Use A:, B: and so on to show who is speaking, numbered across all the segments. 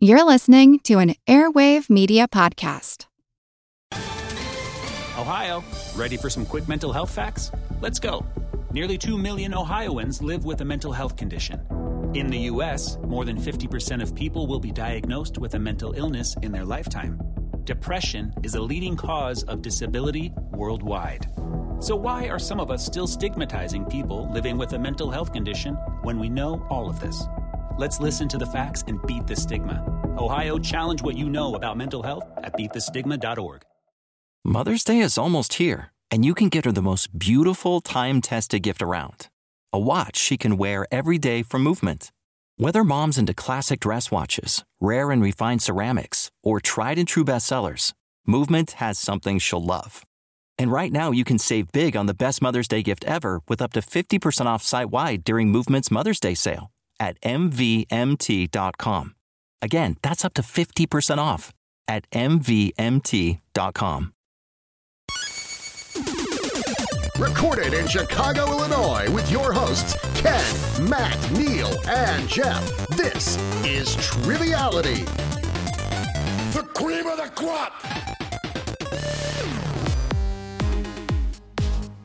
A: You're listening to an Airwave Media Podcast.
B: Ohio, ready for some quick mental health facts? Let's go. Nearly 2 million Ohioans live with a mental health condition. In the U.S., more than 50% of people will be diagnosed with a mental illness in their lifetime. Depression is a leading cause of disability worldwide. So, why are some of us still stigmatizing people living with a mental health condition when we know all of this? Let's listen to the facts and beat the stigma. Ohio, challenge what you know about mental health at beatthestigma.org.
C: Mother's Day is almost here, and you can get her the most beautiful time tested gift around a watch she can wear every day for movement. Whether mom's into classic dress watches, rare and refined ceramics, or tried and true bestsellers, Movement has something she'll love. And right now, you can save big on the best Mother's Day gift ever with up to 50% off site wide during Movement's Mother's Day sale at MVMT.com. Again, that's up to 50% off at MVMT.com.
D: Recorded in Chicago, Illinois, with your hosts, Ken, Matt, Neil, and Jeff. This is Triviality. The cream of the crop!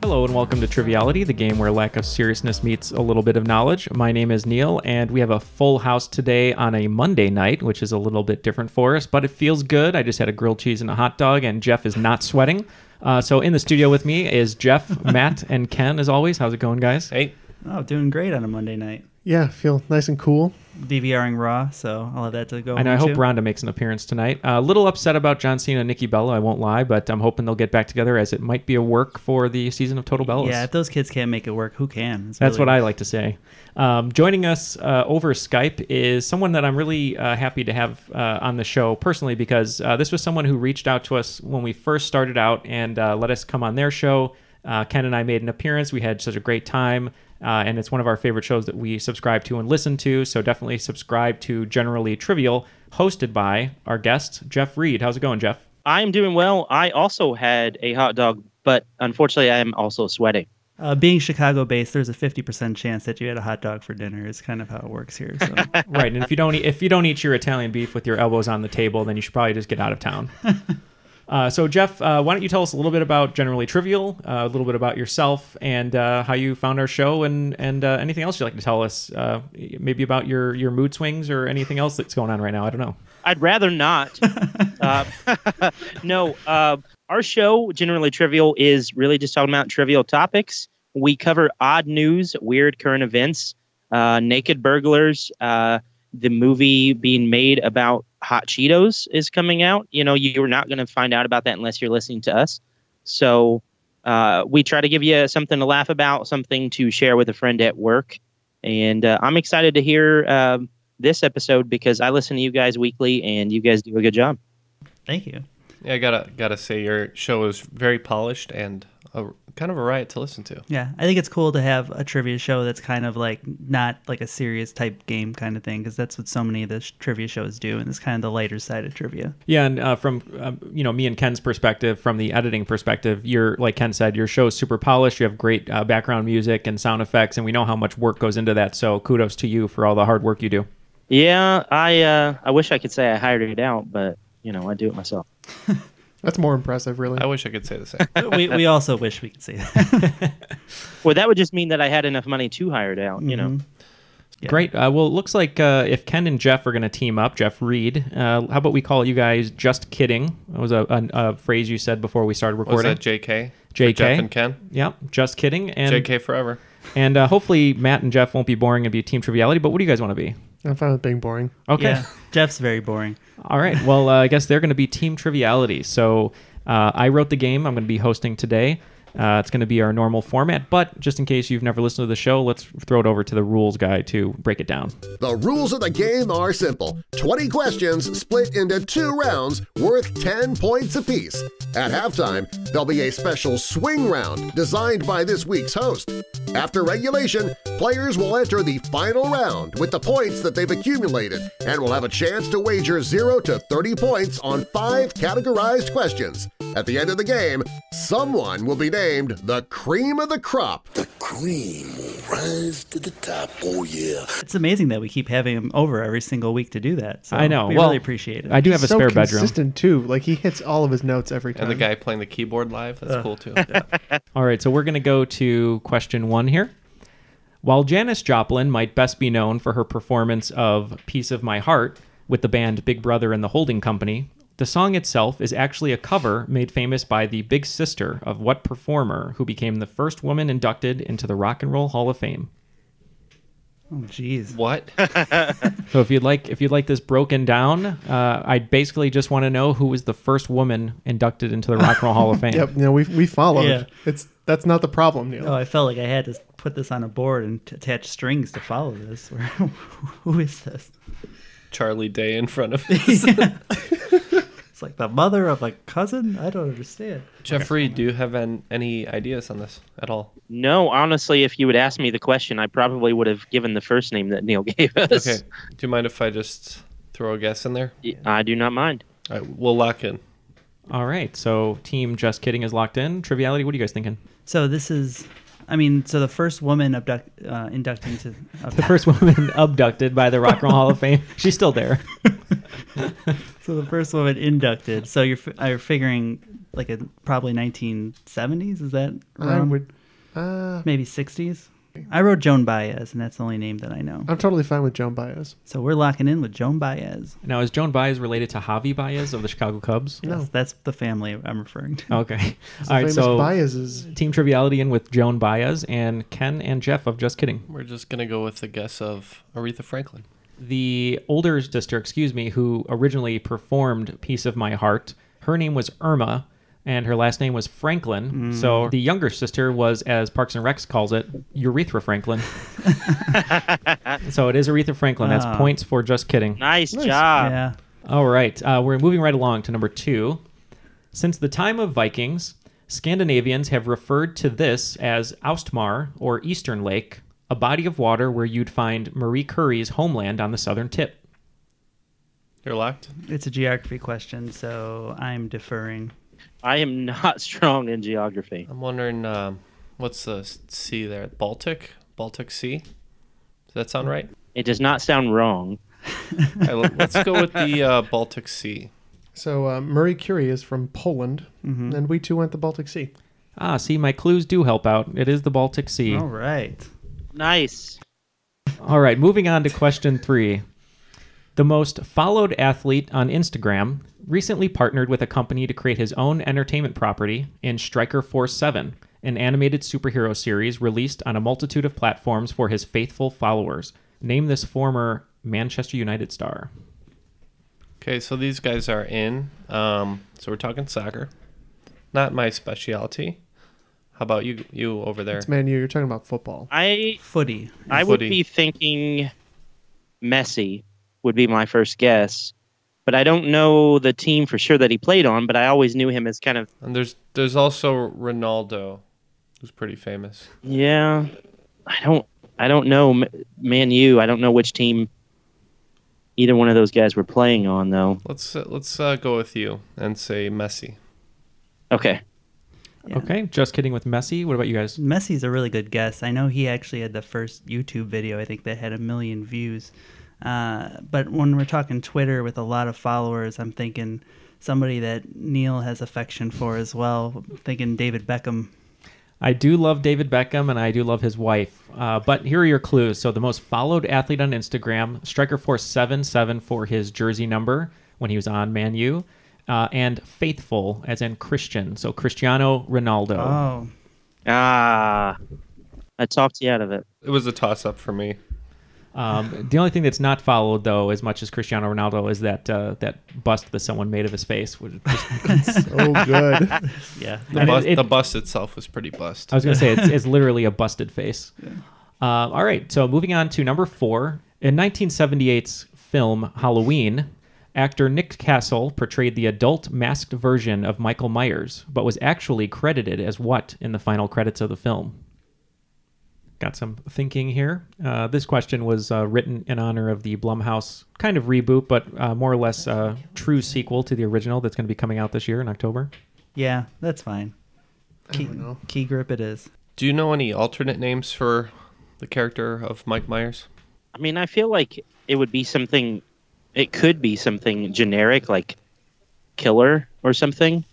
E: Hello and welcome to Triviality, the game where lack of seriousness meets a little bit of knowledge. My name is Neil, and we have a full house today on a Monday night, which is a little bit different for us, but it feels good. I just had a grilled cheese and a hot dog, and Jeff is not sweating. Uh, so in the studio with me is Jeff, Matt, and Ken, as always. How's it going, guys?
F: Hey.
G: Oh, doing great on a Monday night.
H: Yeah, feel nice and cool.
G: DVRing Raw, so I'll have that to go.
E: And I
G: home
E: hope
G: to.
E: Ronda makes an appearance tonight. A little upset about John Cena and Nikki Bella, I won't lie, but I'm hoping they'll get back together as it might be a work for the season of Total Bellas.
G: Yeah, if those kids can't make it work, who can? It's
E: That's
G: really-
E: what I like to say. Um, joining us uh, over Skype is someone that I'm really uh, happy to have uh, on the show personally because uh, this was someone who reached out to us when we first started out and uh, let us come on their show. Uh, Ken and I made an appearance. We had such a great time, uh, and it's one of our favorite shows that we subscribe to and listen to. So definitely subscribe to Generally Trivial, hosted by our guest, Jeff Reed. How's it going, Jeff?
F: I'm doing well. I also had a hot dog, but unfortunately, I am also sweating.
G: Uh, being Chicago based, there's a 50% chance that you had a hot dog for dinner, is kind of how it works here. So.
E: right and if you don't eat, if you don't eat your italian beef with your elbows on the table then you should probably just get out of town uh, so jeff uh, why don't you tell us a little bit about generally trivial uh, a little bit about yourself and uh, how you found our show and and uh, anything else you'd like to tell us uh, maybe about your your mood swings or anything else that's going on right now i don't know
F: I'd rather not. uh, no, uh, our show, Generally Trivial, is really just talking about trivial topics. We cover odd news, weird current events, uh, naked burglars. Uh, the movie being made about hot Cheetos is coming out. You know, you're not going to find out about that unless you're listening to us. So uh, we try to give you something to laugh about, something to share with a friend at work. And uh, I'm excited to hear. Um, this episode because I listen to you guys weekly and you guys do a good job.
G: Thank you.
I: Yeah, I gotta gotta say your show is very polished and a, kind of a riot to listen to.
G: Yeah, I think it's cool to have a trivia show that's kind of like not like a serious type game kind of thing because that's what so many of the sh- trivia shows do, and it's kind of the lighter side of trivia.
E: Yeah, and uh, from um, you know me and Ken's perspective, from the editing perspective, you're like Ken said, your show is super polished. You have great uh, background music and sound effects, and we know how much work goes into that. So kudos to you for all the hard work you do.
F: Yeah, I uh, I wish I could say I hired it out, but you know I do it myself.
H: That's more impressive, really.
I: I wish I could say the same.
G: we, we also wish we could say that.
F: Well, that would just mean that I had enough money to hire it out. You know,
I: Mm-hmm.
G: Yeah.
E: Great. Uh, well, it looks like uh, if Ken and Jeff are going to team up, Jeff Reed, uh, how about we call you guys just kidding? That was a, a, a phrase you said before we started
I: Was
E: recording.
I: that JK? For
E: JK?
I: Jeff and Ken.
E: yeah, just kidding. And
I: JK forever.
E: and uh, hopefully Matt and Jeff won't be boring and be team triviality. But what do you guys want to be?
H: I'm fine with being boring.
E: Okay.
G: Yeah, Jeff's very boring.
E: All right. Well, uh, I guess they're going to be team triviality. So uh, I wrote the game. I'm going to be hosting today. Uh, it's going to be our normal format, but just in case you've never listened to the show, let's throw it over to the rules guy to break it down.
D: The rules of the game are simple 20 questions split into two rounds worth 10 points apiece. At halftime, there'll be a special swing round designed by this week's host. After regulation, players will enter the final round with the points that they've accumulated and will have a chance to wager 0 to 30 points on five categorized questions. At the end of the game, someone will be named the cream of the crop.
J: Cream will rise to the top, oh yeah.
G: It's amazing that we keep having him over every single week to do that. So
E: I know.
G: We
E: well,
G: really appreciate it.
E: I do have a
H: so
E: spare bedroom.
H: consistent too. Like he hits all of his notes every time.
I: And the guy playing the keyboard live, that's cool too.
E: Uh. All right, so we're going to go to question one here. While Janis Joplin might best be known for her performance of Piece of My Heart with the band Big Brother and the Holding Company, the song itself is actually a cover made famous by the big sister of what performer who became the first woman inducted into the Rock and Roll Hall of Fame?
G: Oh, jeez.
I: What?
E: So if you'd like if you'd like this broken down, uh, I basically just want to know who was the first woman inducted into the Rock and Roll Hall of Fame.
H: Yep. No, we we followed.
G: Yeah.
H: It's that's not the problem, Neil.
G: Oh, I felt like I had to put this on a board and t- attach strings to follow this. Who is this?
I: Charlie Day in front of
G: It's like the mother of a cousin? I don't understand.
I: Jeffrey, do you have an, any ideas on this at all?
F: No, honestly, if you would ask me the question, I probably would have given the first name that Neil gave us.
I: Okay. Do you mind if I just throw a guess in there?
F: I do not mind.
I: All right, we'll lock in.
E: All right, so team just kidding is locked in. Triviality, what are you guys thinking?
G: So this is, I mean, so the first woman abduct, uh, inducted into
E: the first woman abducted by the Rock and Roll Hall of Fame. She's still there.
G: so the first woman inducted. So you're f- are figuring like a probably 1970s? Is that
H: I
G: wrong?
E: Um,
H: would. Uh,
G: maybe 60s? I wrote Joan Baez, and that's the only name that I know.
H: I'm totally fine with Joan Baez.
G: So we're locking in with Joan Baez.
E: Now, is Joan Baez related to Javi Baez of the Chicago Cubs?
G: That's, that's the family I'm referring to.
E: Okay. All right,
H: Famous
E: so
H: Baez is
E: team triviality in with Joan Baez and Ken and Jeff of Just Kidding.
I: We're just gonna go with the guess of Aretha Franklin.
E: The older sister, excuse me, who originally performed Piece of My Heart, her name was Irma and her last name was Franklin. So the younger sister was, as Parks and Recs calls it, Urethra Franklin. so it is Aretha Franklin. That's points for Just Kidding.
F: Nice, job.
G: Yeah.
E: All right, uh, we're moving right along to number two. Since the time of Vikings, Scandinavians have referred to this as Austmar or Eastern Lake, a body of water where you'd find Marie Curie's homeland on the southern tip.
I: You're locked.
G: It's a geography question, so I'm deferring.
F: I am not strong in geography.
I: I'm wondering um, what's the s- sea there? Baltic, Baltic Sea. Does that sound right?
F: It does not sound wrong.
I: All right, let- let's go with the uh, Baltic Sea.
H: so uh, Marie Curie is from Poland, and we two went the Baltic Sea.
E: Ah, see, my clues do help out. It is the Baltic Sea.
G: All right.
F: Nice.
E: All right, moving on to question three. The most followed athlete on Instagram recently partnered with a company to create his own entertainment property in Striker Force 7, an animated superhero series released on a multitude of platforms for his faithful followers. Name this former Manchester United star.
I: Okay, so these guys are in. Um, so we're talking soccer. Not my specialty. How about you? You over there?
H: It's Man U. You're talking about football.
F: I
G: Footy.
F: I would
I: Footy.
F: be thinking Messi would be my first guess, but I don't know the team for sure that he played on. But I always knew him as kind of
I: And there's there's also Ronaldo, who's pretty famous.
F: yeah. I don't I don't know M- Man U. I don't know which team either one of those guys were playing on though.
I: Let's uh, let's uh, go with you and say Messi.
F: Okay,
E: Okay, just kidding with Messi. What about you guys?
G: Messi's a really good guess. I know he actually had the first YouTube video, I think, that had a million views. Uh, but when we're talking Twitter with a lot of followers, I'm thinking somebody that Neil has affection for as well. I'm thinking David Beckham.
E: I do love David Beckham and I do love his wife. Uh, but here are your clues. So, the most followed athlete on Instagram, Striker Force 77 for his jersey number when he was on Man U, uh, and faithful, as in Christian. So, Cristiano Ronaldo.
G: Oh,
F: ah, I talked you out of it.
I: It was a toss up for me.
E: Um, the only thing that's not followed, though, as much as Cristiano Ronaldo, is that uh, that bust that someone made of his face. which just-
H: So good.
G: yeah.
E: And
I: The
E: it-
I: bus,
E: it-
I: the bus itself was pretty bust.
E: I was going to say it's, it's literally a busted face. Uh, all right, so moving on to number four. In 1978's film Halloween, actor Nick Castle portrayed the adult masked version of Michael Myers, but was actually credited as what in the final credits of the film? Got some thinking here. Uh, this question was uh, written in honor of the Blumhouse kind of reboot, but uh, more or less uh, true sequel to the original that's going to be coming out this year in October.
G: Yeah, that's fine. Key, key grip it is.
I: Do you know any alternate names for the character of Mike Myers?
F: I mean, I feel like it would be something. It could be something generic like killer or something.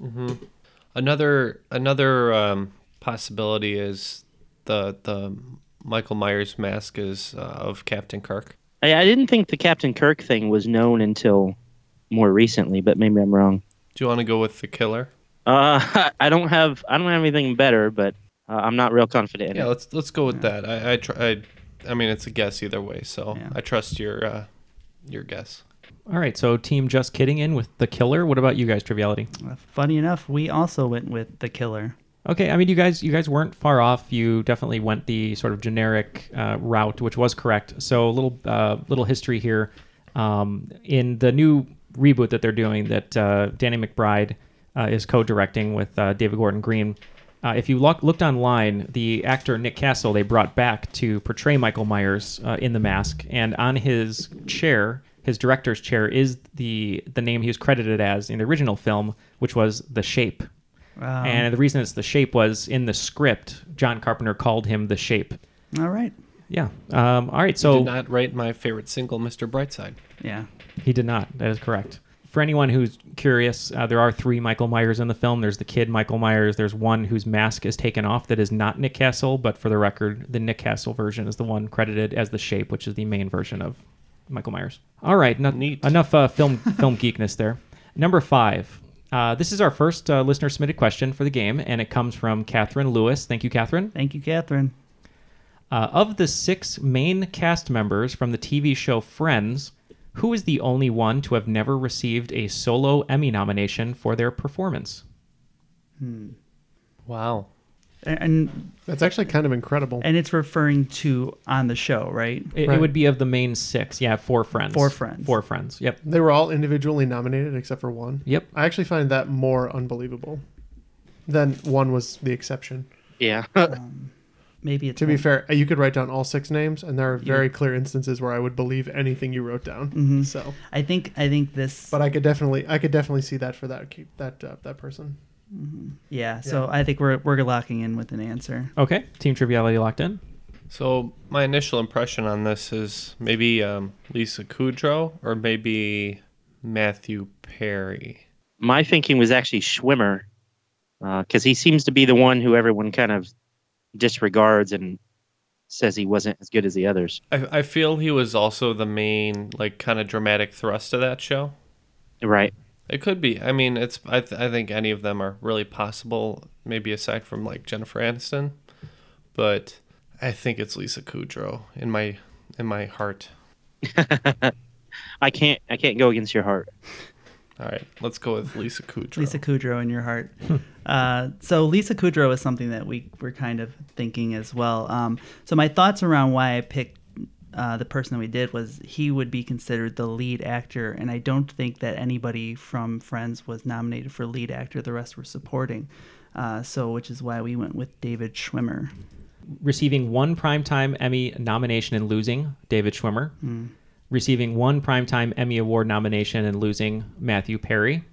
I: Another another um, possibility is the the Michael Myers mask is uh, of Captain Kirk.
F: I, I didn't think the Captain Kirk thing was known until more recently, but maybe I'm wrong.
I: Do you want to go with the killer?
F: Uh, I don't have I don't have anything better, but uh, I'm not real confident. In
I: Yeah,
F: it.
I: let's let's go with that. I I, tr- I I mean it's a guess either way, so I trust your uh, your guess.
E: All right, so team just kidding in with the killer. What about you guys, Triviality?
G: Uh, Funny enough, we also went with the killer.
E: Okay, I mean you guys you guys weren't far off. You definitely went the sort of generic uh, route, which was correct. So a little uh, little history here. Um, in the new reboot that they're doing, that uh, Danny McBride uh, is co-directing with uh, David Gordon Green. Uh, if you look, looked online, the actor Nick Castle they brought back to portray Michael Myers uh, in the mask, and on his chair, his director's chair, is the the name he was credited as in the original film, which was the Shape.
G: Um,
E: And the reason it's the shape was in the script, John Carpenter called him the shape.
G: All right.
E: Yeah. Um, all right.
F: Oh.
E: So
I: Did not write my favorite single, Mr. Brightside.
G: Yeah.
E: he did not. That is correct. For anyone who's curious, uh, there are three Michael Myers in the film. There's the kid Michael Myers. There's one whose mask is taken off that is not Nick Castle, but for the record, the Nick Castle version is the one credited as the shape, which is the main version of Michael Myers. All right, no-
I: Neat.
E: enough uh, film film geekness there. Number five. Uh, this is our first uh, listener submitted question for the game, and it comes from Catherine Lewis. Thank you, Catherine.
G: Thank you, Catherine.
E: Uh, of the six main cast members from the TV show Friends, who is the only one to have never received a solo Emmy nomination for their performance?
I: Wow.
G: A- And
H: That's actually kind of incredible.
G: and it's referring to on the show, right?
E: It, it
H: Right.
E: would be of the main six. Yeah, four friends.
G: Four friends.
E: Four friends. Yep.
H: They were all individually nominated except for one.
E: Yep.
H: I actually find that more unbelievable than one was the exception.
F: Yeah.
G: Maybe it's
H: To be fair, you could write down all six names, and there are very clear instances where I would believe anything you wrote down. So,
G: I think I think this.
H: but I could definitely, I could definitely see that for that ca- that uh, that person.
G: yeah, So I think we're we're locking in with an answer.
E: Okay. Team Triviality locked in.
I: So my initial impression on this is maybe um, Lisa Kudrow or maybe Matthew Perry.
F: My thinking was actually Schwimmer, because he seems to be the one who everyone kind of disregards and says he wasn't as good as the others.
I: I, I feel he was also the main like kind of dramatic thrust of that show.
F: Right.
I: It could be. I mean, it's. I, th- I think any of them are really possible. Maybe aside from like Jennifer Aniston, but I think it's Lisa Kudrow in my in my heart.
F: I can't. I can't go against your heart.
I: All right, let's go with Lisa Kudrow.
G: Lisa Kudrow in your heart. uh, so Lisa Kudrow is something that we were kind of thinking as well. Um, so my thoughts around why I picked uh, the person that we did was he would be considered the lead actor, and I don't think that anybody from Friends was nominated for lead actor. The rest were supporting. Uh, so which is why we went with David Schwimmer.
E: Receiving one Primetime Emmy nomination and losing, David Schwimmer. Receiving one Primetime Emmy Award nomination and losing, Matthew Perry.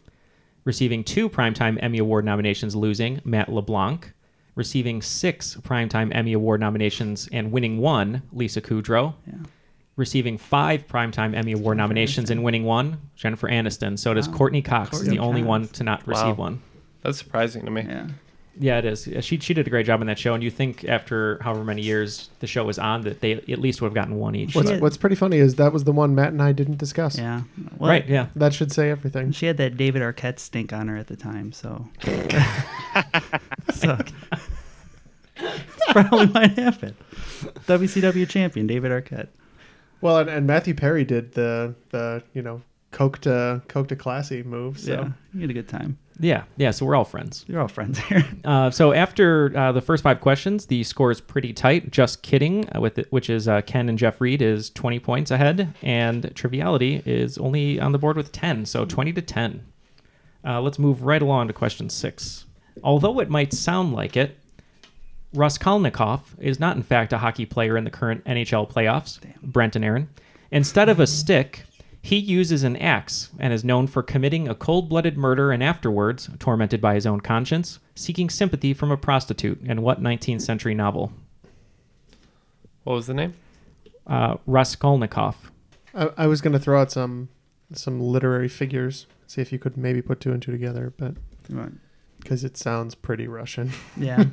E: Receiving two Primetime Emmy Award nominations, losing, Matt LeBlanc. Receiving six Primetime Emmy Award nominations and winning one, Lisa Kudrow. Receiving five Primetime Emmy Award nominations and winning one, Jennifer Aniston. So does Courtney Cox, is the only
G: Cox.
E: one to not
I: Wow.
E: receive one.
H: uh,
E: Uh, uh, Uh, He uses an axe and is known for committing a cold blooded murder and afterwards, tormented by his own conscience, seeking sympathy from a prostitute in what 19th century novel?
I: What was the name?
E: Uh, Raskolnikov.
H: I, I was going to throw out some some literary figures, see if you could maybe put two and two together, but
G: Right.
H: because it sounds pretty Russian.
G: Yeah.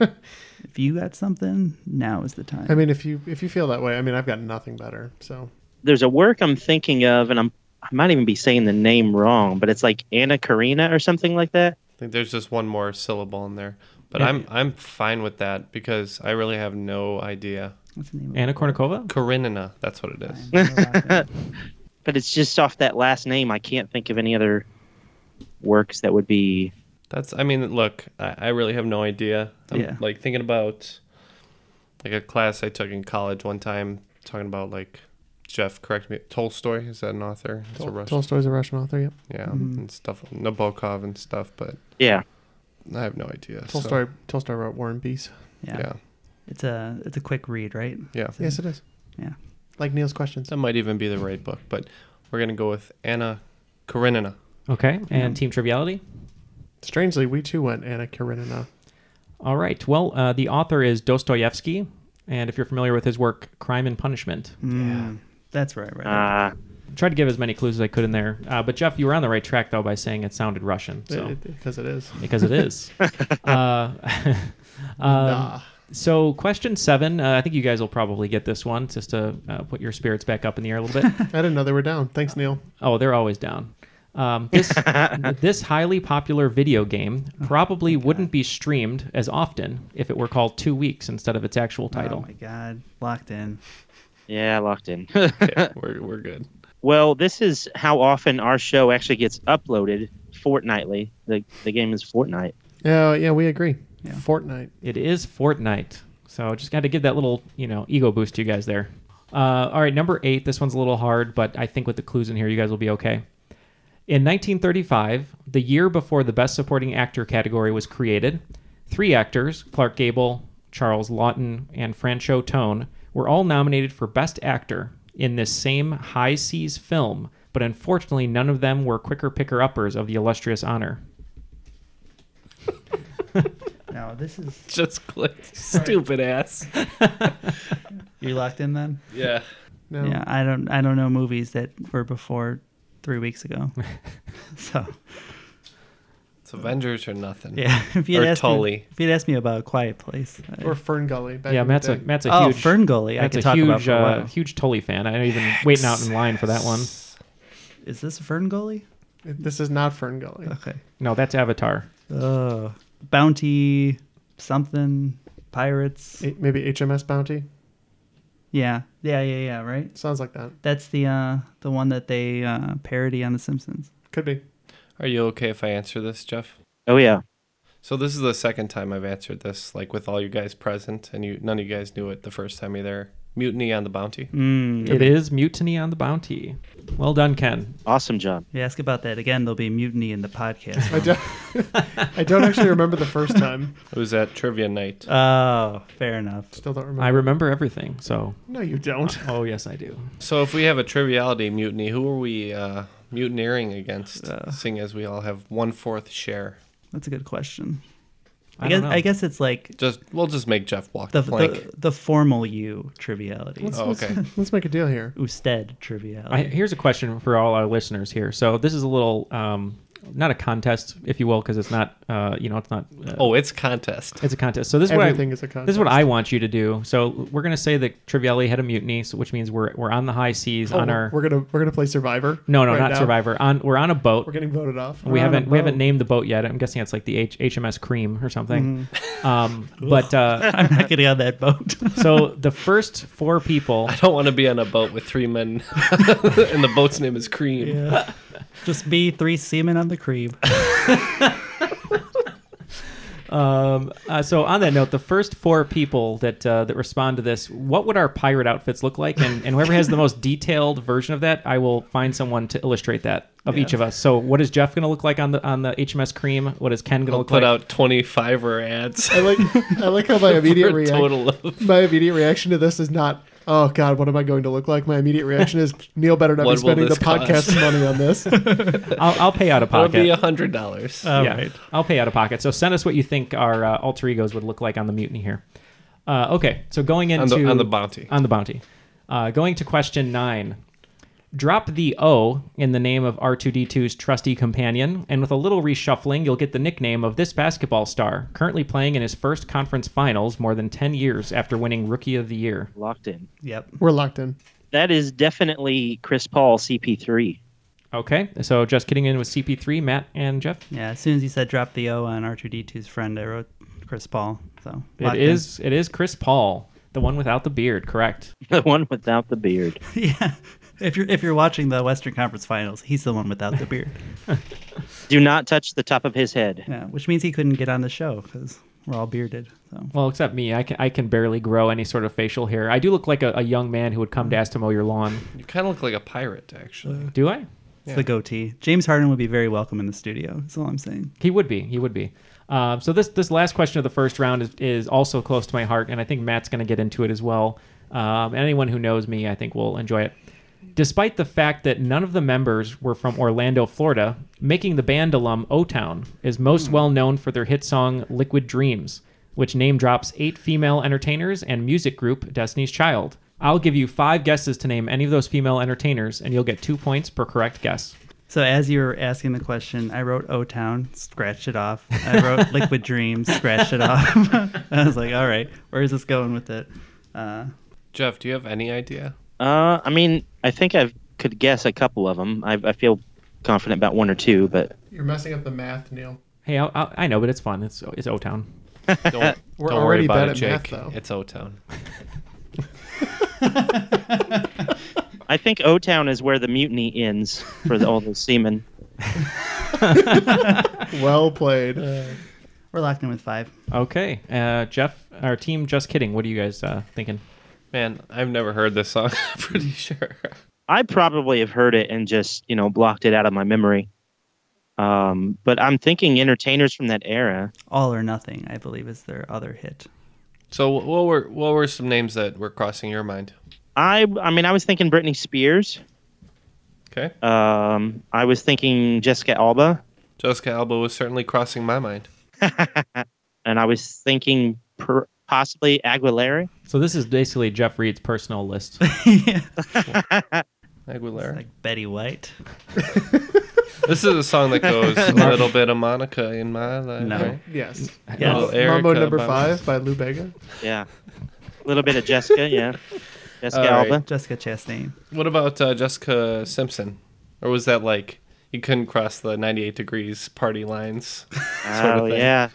G: if you got something, now is the time.
H: I mean, if you if you feel that way, I mean, I've got nothing better. So
F: There's a work I'm thinking of, and I'm I might even be saying the name wrong, but it's like Anna Karina or something like that.
I: I think there's just one more syllable in there, but I'm I'm fine with that because I really have no idea.
G: What's the name of it?
E: Anna Kournikova?
I: Karenina, that's what it is.
F: But it's just off that last name. I can't think of any other works that would be.
I: That's I mean, look, I, I really have no idea. I'm
G: Yeah.
I: like thinking about like a class I took in college one time talking about like Jeff, correct me, Tolstoy is that an author? It's a
H: Tol-
I: Russian,
H: Tolstoy's a Russian author. Yep.
I: yeah, and stuff, Nabokov and stuff, but
F: Yeah,
I: I have no idea. so-
H: Tolstoy Tolstoy wrote War and Peace.
G: yeah.
I: yeah. yeah,
G: It's a it's a quick read, right?
H: Yes, it is.
G: Yeah.
H: Like Neil's questions.
I: that might even be the right book, but we're gonna go with Anna Karenina.
E: Okay. And Team Triviality?
H: Strangely, we too went Anna Karenina.
E: All right. Well, uh, the author is Dostoevsky. And if you're familiar with his work, Crime and Punishment.
G: Mm, That's right, right.
I: Ah.
F: uh,
E: Tried to give as many clues as I could in there. Uh, but Jeff, you were on the right track, though, by saying it sounded Russian. So.
H: Because it is.
E: because it is. uh, um,
H: Nah.
I: Ah.
E: So, question seven. Uh, I think you guys will probably get this one just to uh, put your spirits back up in the air a little bit.
H: I didn't know they were down. Thanks, Neil.
E: oh, they're always down. Um, this this highly popular video game
H: Oh,
E: probably wouldn't be streamed as often if it were called Two Weeks instead of its actual
G: oh
E: title.
G: my god, locked in.
F: yeah, locked in.
I: Okay, we're we're good.
F: Well, this is how often our show actually gets uploaded fortnightly. The the game is Fortnite.
H: Yeah, yeah, we agree. Fortnite.
E: It is Fortnite. So just got to give that little, you know, ego boost to you guys there. Uh, all right, number eight. This one's a little hard, but I think with the clues in here, you guys will be okay. In 1935, the year before the Best Supporting Actor category was created, three actors, Clark Gable, Charles Lawton, and Franchot Tone, were all nominated for Best Actor in this same high seas film, but unfortunately, none of them were quicker picker uppers of the illustrious honor.
G: No, this is
I: Just click, stupid ass.
G: you locked in then.
I: Yeah.
H: No.
G: Yeah, I don't I don't know movies that were before three weeks ago. so
I: It's Avengers or nothing.
G: yeah, if you
I: Or
G: had asked me,
I: Tully.
G: if you'd asked me about a Quiet Place, uh, I-
H: Or Fern Gully. Back
E: yeah,
H: in the
E: Matt's a,
H: day.
E: Matt's a
G: oh
E: huge
G: Fern Gully, I
E: That's
G: could
E: a
G: talk
E: huge,
G: about for a while.
E: uh, huge Tully fan. I know you've been waiting out in line for that one.
G: Is this Fern Gully?
H: This is not Fern Gully.
I: Uh.
G: Okay.
E: No, that's Avatar.
G: Uh, bounty something pirates.
H: A- maybe HMS Bounty.
G: yeah, yeah, yeah, yeah. Right.
H: Sounds like that.
G: That's the uh, the one that they uh, parody on The Simpsons.
H: Could be.
I: Are you okay if I answer this, Jeff?
F: Oh yeah.
I: So this is the second time I've answered this, like with all you guys present, and you none of you guys knew it the first time either. Mutiny on the Bounty.
G: Mm,
E: It is Mutiny on the Bounty. Well done, Ken.
F: Awesome job.
G: If you ask about that again, there'll be mutiny in the podcast.
H: I don't, I don't actually remember the first time.
I: It was at trivia night.
G: oh, fair enough.
H: Still don't remember.
E: I remember everything. So,
H: no, you don't.
E: oh yes, I do.
I: So if we have a triviality mutiny, who are we uh, mutineering against? seeing as we all have one fourth share,
G: That's a good question. I,
E: I
G: guess
E: don't know.
G: I guess it's like
I: just we'll just make Jeff walk
G: the
I: the,
G: the,
I: plank.
G: the formal you triviality.
H: Let's,
I: Oh,
H: let's-
I: okay.
H: let's make a deal here.
G: Usted
E: I,
G: triviality.
E: here's a question for all our listeners here. So this is a little, um, not a contest, if you will, because it's not, uh, you know, it's not. Uh,
I: Oh, it's contest.
E: It's a contest. So this is what I-
H: Everything is a
E: This is what
H: contest.
E: I want you to do. So we're gonna say that Triviality had a mutiny, so, which means we're we're on the high seas
H: Oh,
E: on our.
H: we're gonna we're gonna play Survivor.
E: no, no,
H: right
E: not
H: now.
E: Survivor. On we're on a boat.
H: We're getting voted off.
E: We
H: We're on
E: haven't
H: a
E: we haven't
H: boat.
E: named the boat yet. I'm guessing it's like the H- HMS Cream or something.
H: Mm-hmm.
E: Um, but uh,
G: I'm not getting on that boat.
E: so the first four people,
I: I don't want to be on a boat with three men, and the boat's name is Cream.
G: Just be three seamen on the cream.
E: um, uh, so on that note, the first four people that uh, that respond to this, what would our pirate outfits look like? And, and whoever has the most detailed version of that, I will find someone to illustrate that of each of us. So what is Jeff going to look like on the on the HMS Cream? What is Ken going to
I: I'll
E: look
I: put
E: like?
I: out 25 or ads.
H: I like I like how my
I: for
H: immediate
I: a
H: reaction
I: total of
H: my immediate reaction to this is not oh God, what am I going to look like? My immediate reaction is Neil better not
I: What
H: be
I: will
H: spending the
I: this
H: podcast
I: cost?
H: money on this.
E: I'll, I'll pay out of
I: That would
E: pocket.
I: be a hundred dollars.
E: yeah, I'll pay out of pocket. So send us what you think our uh, alter egos would look like on the mutiny here. Uh, okay, so going into
I: On the- on the bounty.
E: on the bounty, uh, going to question nine. Drop the O in the name of R2D2's trusty companion, and with a little reshuffling, you'll get the nickname of this basketball star, currently playing in his first conference finals more than 10 years after winning Rookie of the Year.
F: Locked in.
G: Yep.
H: We're locked in.
F: That is definitely Chris Paul CP3.
E: Okay, so just getting in with CP3, Matt and Jeff.
G: Yeah. As soon as you said drop the O on R2D2's friend, I wrote Chris Paul. So
E: It
G: locked in.
E: is it is Chris Paul, the one without the beard, correct?
F: The one without the beard.
G: yeah. If you're if you're watching the Western Conference Finals, he's the one without the beard.
F: Do not touch the top of his head.
G: yeah. Which means he couldn't get on the show because we're all bearded. So
E: Well, except me, I can I can barely grow any sort of facial hair. I do look like a, a young man who would come to ask to mow your lawn.
I: You kind of look like a pirate,
H: Uh,
I: actually.
E: Do I?
G: it's the goatee. James Harden would be very welcome in the studio. That's all I'm saying.
E: He would be. He would be. Um, so this this last question of the first round is, is also close to my heart, and I think Matt's going to get into it as well. Um, and anyone who knows me, I think will enjoy it. Despite the fact that none of the members were from Orlando, Florida, making the band alum O Town is most well known for their hit song "Liquid Dreams," which name drops eight female entertainers and music group Destiny's Child. I'll give you five guesses to name any of those female entertainers, and you'll get two points per correct guess.
G: So as you were asking the question, I wrote O Town, scratched it off. I wrote Liquid Dreams, scratched it off. I was like, all right, where is this going with it? Uh,
I: Jeff, do you have any idea?
F: Uh, I mean, I think I could guess a couple of them. I, I feel confident about one or two, but
H: You're messing up the math, Neil.
E: Hey, I, I, I know, but it's fun. It's it's O Town.
I: Don't,
H: We're
I: don't
H: already
I: worry about
H: bad
I: it,
H: at math,
I: Jake.
H: though.
I: It's O Town.
F: I think O Town is where the mutiny ends for the, all those seamen.
H: Well played.
G: we're locked in with five.
E: Okay, uh, Jeff, our team. Just kidding. What are you guys uh, thinking?
I: Man, I've never heard this song. I'm pretty sure.
F: I probably have heard it and just you know blocked it out of my memory. Um, but I'm thinking entertainers from that era.
G: All or Nothing, I believe, is their other hit.
I: So, wh- what were what were some names that were crossing your mind?
F: I I mean I was thinking Britney Spears.
I: Okay,
F: Um, I was thinking Jessica Alba,
I: Jessica Alba was certainly crossing my mind.
F: and I was thinking per, possibly Aguilera.
E: So this is basically Jeff Reed's personal list.
G: yeah.
I: Aguilera.
G: Like Betty White.
I: This is a song that goes a little bit of Monica in my life.
G: No.
I: right?
H: Yes.
G: Yes.
I: Oh, Erica
H: Mambo number
I: Bamba.
H: five by Lou Bega.
F: Yeah, a little bit of Jessica. Yeah, Jessica
I: All right.
F: Alba.
G: Jessica Chastain.
I: What about uh, Jessica Simpson? Or was that like you couldn't cross the 98 degrees party lines? sort of
F: oh
I: thing.
F: yeah,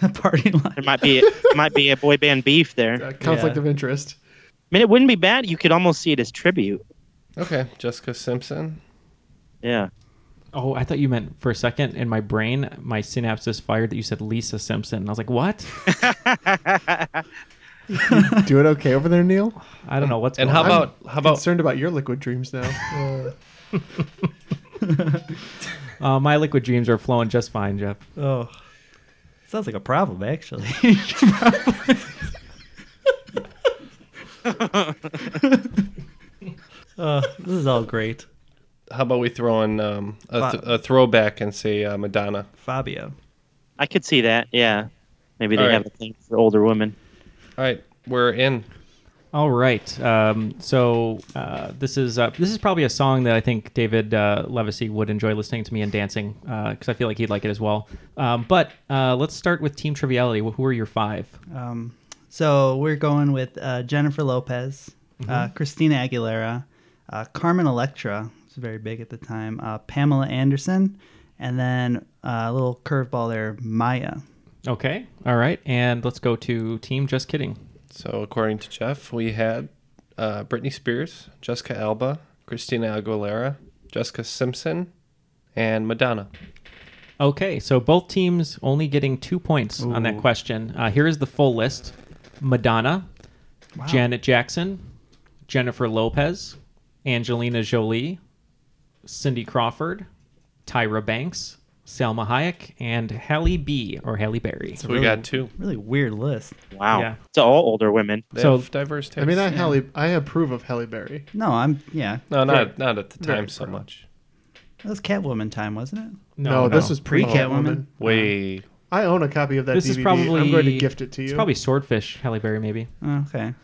G: The party line.
F: there might be there might be a boy band beef there.
H: Uh,
F: I
H: conflict
E: Yeah.
H: of interest.
F: mean, it wouldn't be bad. You could almost see it as tribute.
I: Okay, Jessica Simpson.
F: Yeah.
E: oh, I thought you meant for a second in my brain, my synapses fired that you said Lisa Simpson, and I was like, what?
H: Doing okay over there, Neil?
E: I don't know what's.
I: And
E: going
I: how
E: on.
I: about how about
H: concerned about your liquid dreams now. Uh,
E: uh, my liquid dreams are flowing just fine, Jeff?
G: Oh. Sounds like a problem, actually. Uh, this is all great.
I: how about we throw in um, a, th-
G: Fine.
I: a throwback and say uh, Madonna?
G: Fabio.
F: I could see that. Yeah, maybe they
I: All right.
F: have a thing for older women.
I: All right, we're in.
E: All right. Um, so uh, this is uh, this is probably a song that I think David uh, Levesey would enjoy listening to me and dancing because I feel like he'd like it as well. Um, but uh, let's start with Team Triviality. Who are your five?
G: Um, so we're going with uh, Jennifer Lopez, uh, Christina Aguilera, uh, Carmen Electra, was very big at the time, uh, Pamela Anderson, and then uh, a little curveball there, Maya.
E: Okay. All right. And let's go to Team Just Kidding.
I: So according to Jeff, we had uh, Britney Spears, Jessica Alba, Christina Aguilera, Jessica Simpson, and Madonna.
E: Okay, so both teams only getting two points on that question. Uh, here is the full list: Madonna, Janet Jackson, Jennifer Lopez, Angelina Jolie, Cindy Crawford, Tyra Banks, Salma Hayek, and Halle B or Halle Berry.
I: So we got two.
G: Really weird list.
F: Wow.
E: Yeah.
F: It's all older women.
I: They
E: So-
I: have diverse tastes.
H: I mean, I Halle, I approve of Halle Berry.
G: No, I'm yeah.
I: no, not not at the
H: Very
I: time so much.
G: That was Catwoman time, wasn't it?
H: No, this is pre
G: Pre-Catwoman?
H: Catwoman.
I: Um, Way
H: I own a copy of that
E: this
H: DVD.
E: is probably
H: I'm going to gift it to you.
E: It's probably Swordfish, Halle Berry, maybe.
G: Oh, okay.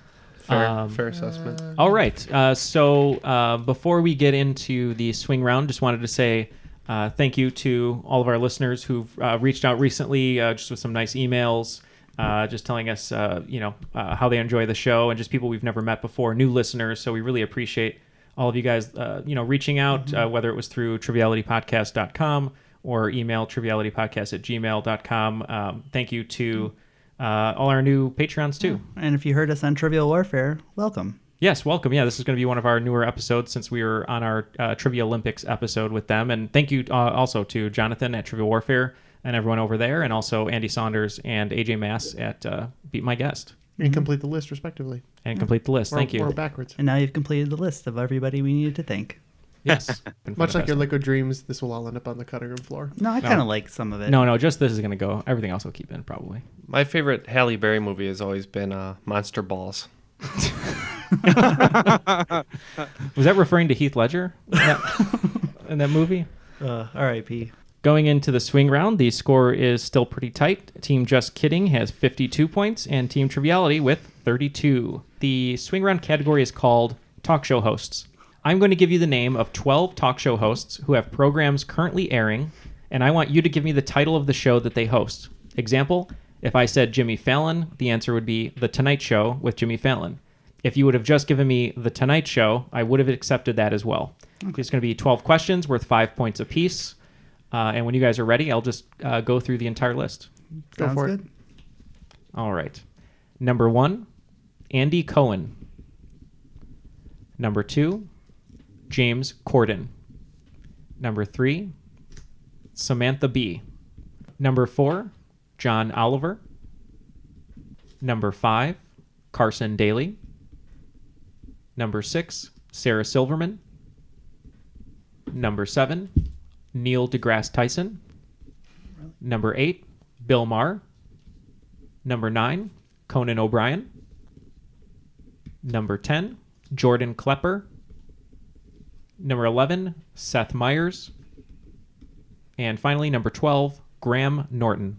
I: fair,
E: Um,
I: fair assessment.
E: All right. Uh, so uh, before we get into the swing round, just wanted to say uh, thank you to all of our listeners who've uh, reached out recently, uh, just with some nice emails, uh, just telling us, uh, you know, uh, how they enjoy the show, and just people we've never met before, new listeners. So we really appreciate all of you guys, uh, you know, reaching out, uh, whether it was through trivialitypodcast.com or email trivialitypodcast at gmail.com. Um, thank you to uh, all our new Patreons too.
G: And if you heard us on Trivial Warfare, welcome.
E: Yes, welcome. Yeah, this is going to be one of our newer episodes since we were on our uh, Trivia Olympics episode with them. And thank you uh, also to Jonathan at Trivia Warfare and everyone over there, and also Andy Saunders and AJ Mass at uh, Beat My Guest
H: and complete the list respectively.
E: and complete the list.
H: Or-
E: Thank
H: Or
E: you.
H: backwards.
G: And now you've completed the list of everybody we needed to thank.
E: Yes, Been
H: Much like your
E: fantastic.
H: liquid dreams, this will all end up on the cutting room floor.
G: No, I kind of like some of it.
E: no, no, just this is going to go. Everything else will keep in probably.
I: My favorite Halle Berry movie has always been uh, Monster Balls.
E: Was that referring to Heath Ledger in that, in that movie?
G: Uh, R.I.P.
E: Going into the swing round, the score is still pretty tight. Team Just Kidding has 52 points, and Team Triviality with 32. The swing round category is called Talk Show Hosts. I'm going to give you the name of 12 talk show hosts who have programs currently airing, and I want you to give me the title of the show that they host. Example if I said Jimmy Fallon, the answer would be The Tonight Show with Jimmy Fallon. If you would have just given me The Tonight Show, I would have accepted that as well. It's going to be 12 questions worth five points apiece. Uh, and when you guys are ready, I'll just uh, go through the entire list.
H: Go
G: Sounds
H: for
G: good.
H: it.
E: All right. Number one, Andy Cohen. Number two, James Corden. Number three, Samantha Bee. Number four, John Oliver. Number five, Carson Daly. Number six, Sarah Silverman. Number seven, Neil deGrasse Tyson. Number eight, Bill Maher. Number nine, Conan O'Brien. Number 10, Jordan Klepper. Number 11, Seth Meyers. And finally, number 12, Graham Norton.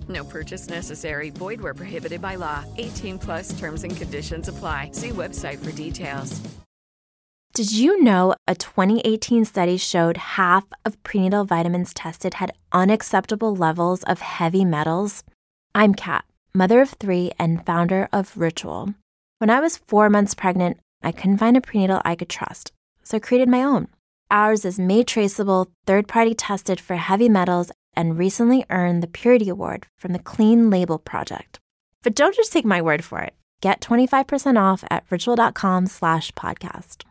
K: No purchase necessary. Void where prohibited by law. 18 plus terms and conditions apply. See website for details.
L: Did you know a 2018 study showed half of prenatal vitamins tested had unacceptable levels of heavy metals? I'm Kat, mother of three and founder of Ritual. When I was four months pregnant, I couldn't find a prenatal I could trust, so I created my own. Ours is made traceable, third party tested for heavy metals, and recently earned the Purity Award from the Clean Label Project. But don't just take my word for it. Get 25% off at ritual.com slash podcast.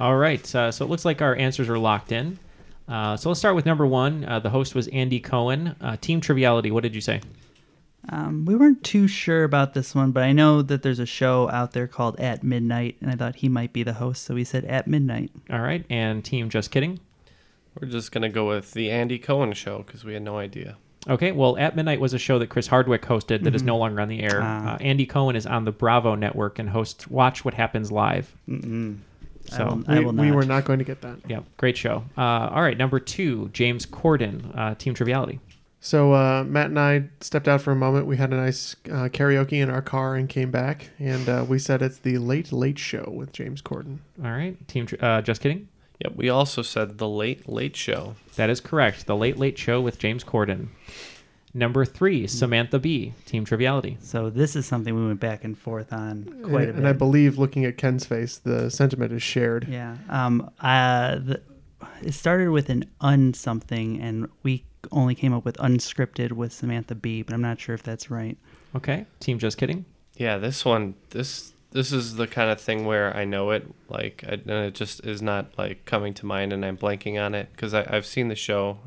E: All right, uh, so it looks like our answers are locked in. Uh, so let's start with number one. Uh, the host was Andy Cohen. Uh, Team Triviality, what did you say?
G: Um, we weren't too sure about this one, but I know that there's a show out there called At Midnight, and I thought he might be the host, so we said At Midnight.
E: All right, and Team Just Kidding.
I: We're just gonna go with the Andy Cohen show because we had no idea.
E: Okay, well, At Midnight was a show that Chris Hardwick hosted that is
I: Mm-hmm.
E: no longer on the air.
I: Ah.
E: Uh, Andy Cohen is on the Bravo network and hosts Watch What Happens Live. So
I: Um,
G: Um, I
H: We,
G: will
H: we
G: not.
H: were not going to get that.
E: Yeah, great show. Uh, all right, number two, James Corden, uh, Team Triviality.
H: So uh, Matt and I stepped out for a moment. We had a nice uh, karaoke in our car and came back, and uh, we said it's the Late Late Show with James Corden.
E: All right, Team. Tri- Uh, just kidding.
I: Yep, we also said the Late Late Show.
E: That is correct. The Late Late Show with James Corden. Number
I: Mm.
E: three, Samantha Bee, Team Triviality.
G: So this is something we went back and forth on quite a
H: and,
G: bit.
H: and I believe, looking at Ken's face, the sentiment is shared.
G: Yeah. Um. Uh. The, it started with an un something, and we only came up with unscripted with Samantha Bee, but I'm not sure if that's right.
E: Okay, Team. Just kidding.
I: Yeah, this one, this this is the kind of thing where I know it, like, I, and it just is not like coming to mind, and I'm blanking on it because I've seen the show,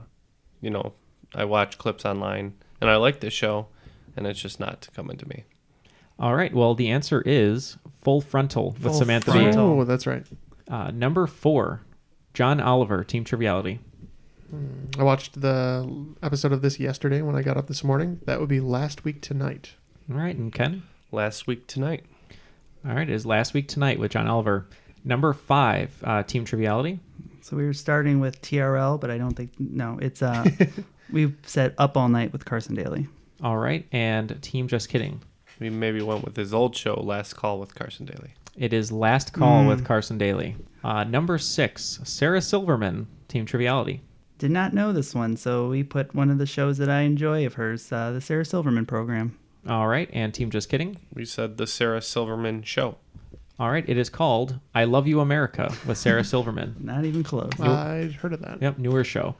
I: you know, I watch clips online, and I like the show, and it's just not coming to me.
E: All right. Well, the answer is full frontal with
I: Full
E: Samantha
I: Frontal.
E: Bee.
H: Oh, that's right.
E: Uh, number four, John Oliver, Team Triviality.
H: Mm, I watched the episode of this yesterday when I got up this morning. That would be last week tonight.
E: All right, and Ken?
I: Last week tonight.
E: All right, it is last week tonight with John Oliver. Number five, uh, Team Triviality.
G: So we were starting with TRL, but I don't think no. It's uh, we've set up all night with Carson Daly.
E: All right, and Team Just Kidding.
I: We maybe went with his old show, Last Call with Carson Daly.
E: It is Last Call
G: Mm.
E: with Carson Daly. Uh, number six, Sarah Silverman, Team Triviality.
G: Did not know this one, so we put one of the shows that I enjoy of hers, uh, the Sarah Silverman program.
E: All right, and Team Just Kidding.
I: We said the Sarah Silverman show.
E: All right, it is called I Love You America with Sarah Silverman.
G: Not even close.
H: I'd heard of that.
E: Yep, newer show.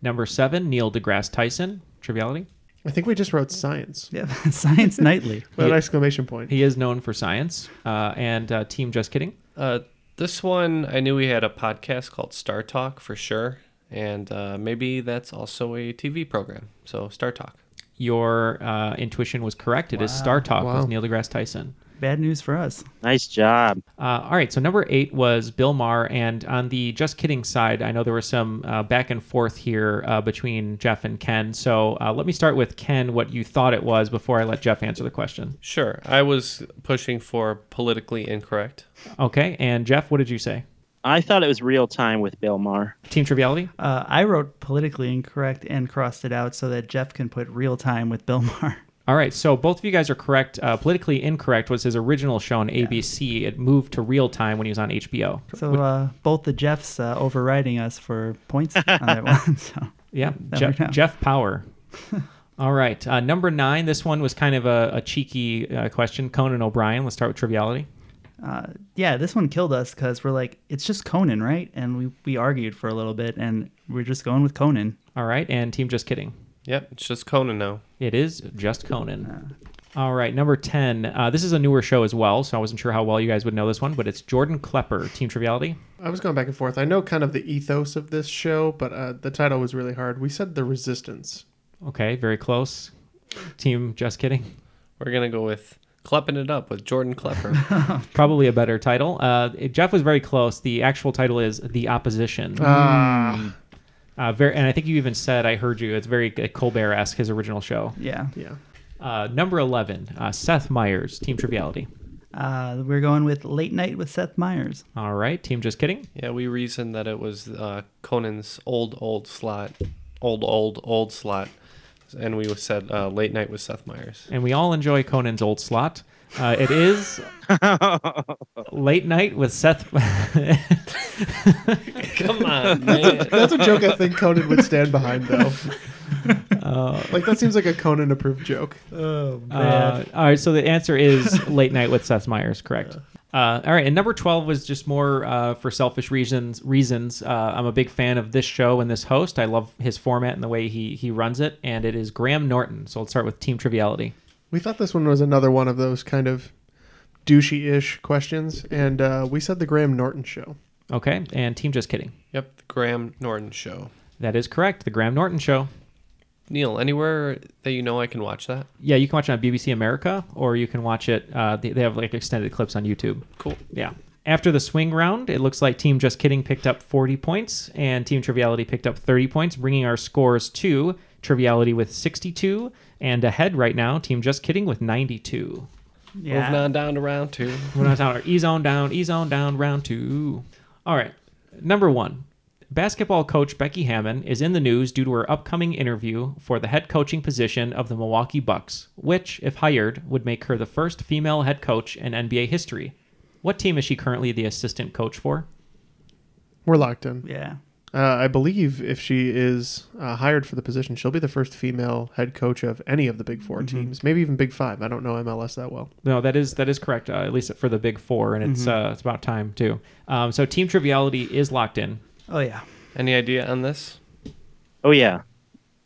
E: Number seven, Neil deGrasse Tyson, Triviality.
H: I think we just wrote science
G: Yeah, Science Nightly.
H: with an
E: Yeah.
H: exclamation point.
E: He is known for science. Uh, and uh, Team Just Kidding.
I: Uh, this one, I knew we had a podcast called Star Talk for sure, and uh, maybe that's also a TV program. So Star Talk.
E: Your uh, intuition was correct. It is Star Talk with Neil deGrasse Tyson.
G: Bad news for us.
F: Nice job.
E: Uh, all right, so number eight was Bill Maher, and on the just kidding side, I know there was some uh, back and forth here uh, between Jeff and Ken. So uh, let me start with Ken, what you thought it was before I let Jeff answer the question.
I: Sure, I was pushing for politically incorrect.
E: Okay, and Jeff, what did you say?
F: I thought it was real time with Bill Maher.
E: Team Triviality?
G: Uh, I wrote politically incorrect and crossed it out so that Jeff can put real time with Bill Maher.
E: All right, so both of you guys are correct. Uh, politically incorrect was his original show on ABC. It moved to real time when he was on HBO.
G: So uh, both the Jeffs uh, overriding us for points on that one. So
E: Yeah,
G: That
E: Jeff,
G: worked out.
E: Jeff Power. All right, uh, number nine. This one was kind of a, a cheeky uh, question. Conan O'Brien. Let's start with Triviality.
G: yeah, this one killed us because we're like, it's just Conan, right? And we we argued for a little bit, and we're just going with Conan.
E: All right, and Team Just Kidding.
I: Yep, it's just Conan now.
E: It is just Conan. All right, number 10. Uh, this is a newer show as well, so I wasn't sure how well you guys would know this one, but it's Jordan Klepper, Team Triviality.
H: I was going back and forth. I know kind of the ethos of this show, but uh, the title was really hard. We said the resistance.
E: Okay, very close. Team Just Kidding.
I: We're gonna go with Clepping It Up with Jordan Klepper.
E: Probably a better title. Uh, it- Jeff was very close. The actual title is The Opposition.
H: Ah,
E: Uh, very, and I think you even said, I heard you, it's very Colbert esque, his original show.
G: Yeah,
H: yeah.
E: Uh, number 11, uh, Seth Meyers, Team Triviality.
G: uh, we're going with Late Night with Seth Meyers.
E: All right, Team Just Kidding.
I: yeah, we reasoned that it was uh, Conan's old old slot, old old old slot, and we said uh, Late Night with Seth Meyers.
E: and we all enjoy Conan's old slot. Uh, it is late night with Seth.
I: Come on, man.
H: That's a joke I think Conan would stand behind, though.
I: Uh,
H: like that seems like a Conan-approved joke.
E: uh, all right, so the answer is late night with Seth Meyers, correct? Uh, all right, and number twelve was just more uh, for selfish reasons. Reasons uh, I'm a big fan of this show and this host. I love his format and the way he he runs it. And it is Graham Norton. So let's start with Team Triviality.
H: We thought this one was another one of those kind of douchey-ish questions, and uh, we said the Graham Norton show.
E: Okay, and Team Just Kidding.
I: Yep, the Graham Norton show.
E: That is correct. The Graham Norton Show.
I: Neil, anywhere that you know I can watch that?
E: Yeah, you can watch it on BBC America, or you can watch it. Uh, they, they have like extended clips on YouTube.
I: Cool.
E: Yeah. After the swing round, it looks like Team Just Kidding picked up 40 points and Team Triviality picked up 30 points, bringing our scores to Triviality with 62 and ahead right now, Team Just Kidding with 92.
I: Moving
G: Yeah,
I: on down to round two.
E: We're not down. E zone down, E zone down, round two. All right. Number one basketball coach Becky Hammond is in the news due to her upcoming interview for the head coaching position of the Milwaukee Bucks, which, if hired, would make her the first female head coach in NBA history. What team is she currently the assistant coach for?
H: We're locked in.
G: yeah.
H: Uh, I believe if she is uh, hired for the position, she'll be the first female head coach of any of the Big 4
I: Mm-hmm.
H: teams, maybe even Big Five. I don't know MLS that well.
E: No, that is that is correct. Uh, at least for the big four, and it's
H: Mm-hmm.
E: uh, it's about time too. Um, so team triviality is locked in.
G: Oh yeah.
I: Any idea on this?
F: Oh yeah,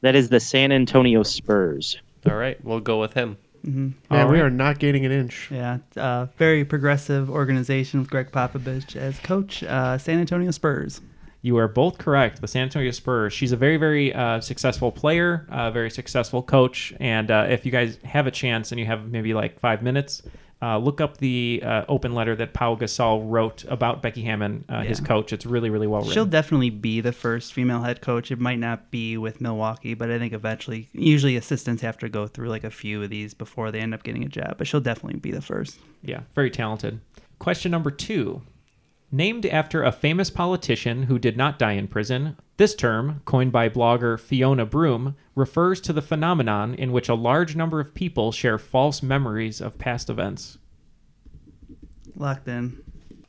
F: that is the San Antonio Spurs.
I: All right, we'll go with him.
G: Mhm.
H: Mm-hmm. Man,
G: All
H: we
G: right.
H: are not gaining an inch.
G: Yeah, uh, very progressive organization with Greg Popovich as coach. Uh, San Antonio Spurs.
E: You are both correct. The San Antonio Spurs. She's a very, very uh, successful player, uh, very successful coach. And uh, if you guys have a chance and you have maybe like five minutes, uh, look up the uh, open letter that Pau Gasol wrote about Becky Hammond, uh, his
G: Yeah.
E: coach. It's really, really well written.
G: She'll definitely be the first female head coach. It might not be with Milwaukee, but I think eventually, usually assistants have to go through like a few of these before they end up getting a job. But she'll definitely be the first.
E: Yeah, very talented. Question number two. Named after a famous politician who did not die in prison, this term, coined by blogger Fiona Broom, refers to the phenomenon in which a large number of people share false memories of past events.
G: Locked in.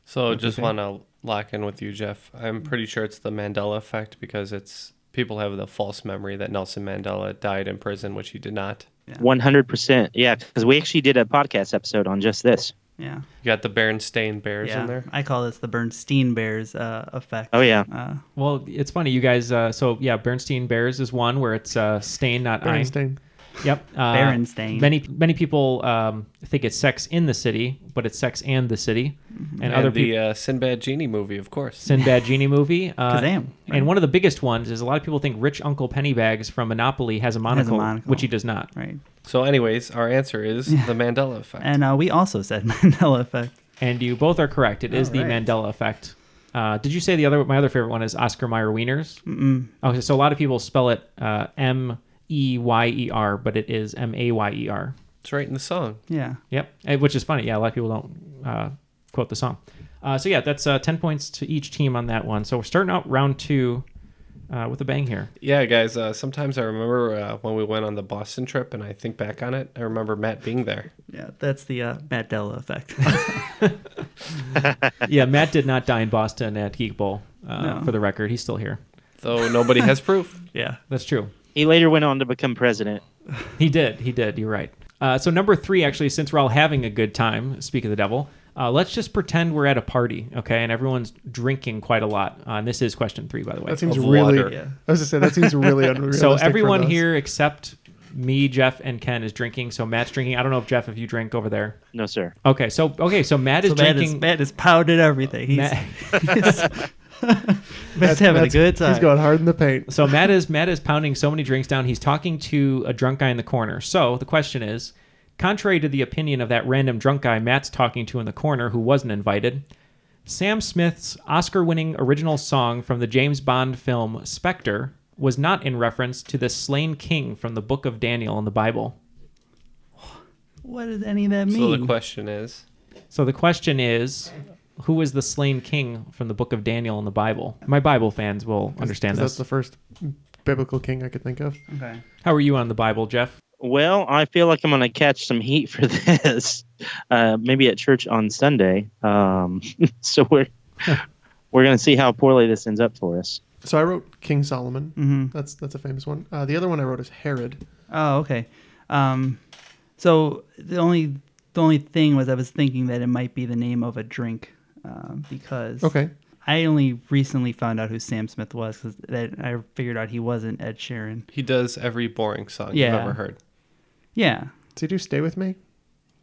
I: So
G: That's
I: just
G: okay.
I: want to lock in with you, Jeff. I'm pretty sure it's the Mandela effect because it's people have the false memory that Nelson Mandela died in prison, which he did not.
F: One hundred percent. Yeah, because we actually did a podcast episode on just this.
G: Yeah.
I: You got the Berenstain Bears
G: yeah.
I: in there.
G: I call this the Bernstein Bears uh, effect.
E: Oh, yeah.
G: Uh,
E: Well, it's funny, you guys. Uh, so, yeah, Bernstein Bears is one where it's uh, stain, not ein.
H: Berenstain.
E: Yep. uh,
G: Berenstain.
E: Many many people um, think it's sex in the city, but it's sex and the city. And,
I: And,
E: other
I: the
E: people.
I: uh, Sinbad Genie movie, of course.
E: Sinbad Genie movie. Uh,
I: Kazam,
E: And one of the biggest ones is a lot of people think Rich Uncle Pennybags from Monopoly has a monocle,
I: monocle.
E: which he does not.
G: Right.
I: So, anyways, our answer is the Mandela effect.
G: and uh, we also said Mandela effect.
E: And you both are correct. It is the
G: Alright.
E: Mandela effect. Uh, did you say the other? My other favorite one is Oscar Mayer Wieners.
G: Mm-mm.
E: Okay, so a lot of people spell it uh, M E Y E R, but it is M A Y E R.
I: It's right in the song.
G: Yeah.
E: Yep. Eh, Which is funny. Yeah, a lot of people don't uh, quote the song. Uh, so yeah, that's uh, ten points to each team on that one. So we're starting out round two uh, with a bang here.
I: Yeah, guys. Uh, sometimes I remember uh, when we went on the Boston trip, and I think back on it. I remember Matt being there.
G: Yeah, that's the uh, Mandela effect.
E: yeah, Matt did not die in Boston at Geek Bowl. Uh,
I: No.
E: For the record, he's still here.
I: Though nobody has proof.
G: Yeah,
E: that's true.
F: He later went on to become president.
E: He did. He did. You're right. Uh, so number three, actually, since we're all having a good time, speak of the devil, uh, let's just pretend we're at a party, okay? And everyone's drinking quite a lot. Uh, and this is question three, by the way.
H: That seems Of really- water. Yeah. I was gonna say, that seems really unrealistic
E: so
H: for
E: everyone
H: those.
E: here except me, Jeff, and Ken is drinking. So Matt's drinking. I don't know if Jeff, if you drink over there.
F: No, sir.
E: Okay. So okay. So Matt is
G: So Matt is-
E: drinking.
G: Matt is powdered everything. He's- he's- Matt's having a Matt's- good time.
H: he's going hard in the paint.
E: So Matt is Matt is pounding so many drinks down. He's talking to a drunk guy in the corner. So the question is, contrary to the opinion of that random drunk guy Matt's talking to in the corner who wasn't invited, Sam Smith's Oscar-winning original song from the James Bond film Spectre was not in reference to the slain king from the Book of Daniel in the Bible.
G: what does any of that mean?
I: So the question is,
E: So the question is, who was the slain king from the Book of Daniel in the Bible? My Bible fans will understand
H: 'Cause
E: this.
H: That's the first biblical king I could think of.
G: Okay.
E: How are you on the Bible, Jeff?
F: Well, I feel like I'm going to catch some heat for this. Uh, maybe at church on Sunday. Um, so we're we're going to see how poorly this ends up for us.
H: So I wrote King Solomon. That's that's a famous one. Uh, the other one I wrote is Herod.
G: Oh, okay. Um, so the only the only thing was I was thinking that it might be the name of a drink um, because
H: Okay.
G: I only recently found out who Sam Smith was because that I figured out he wasn't Ed Sheeran.
I: he does every boring song
G: Yeah.
I: you've ever heard.
G: Yeah.
H: Did you stay with me?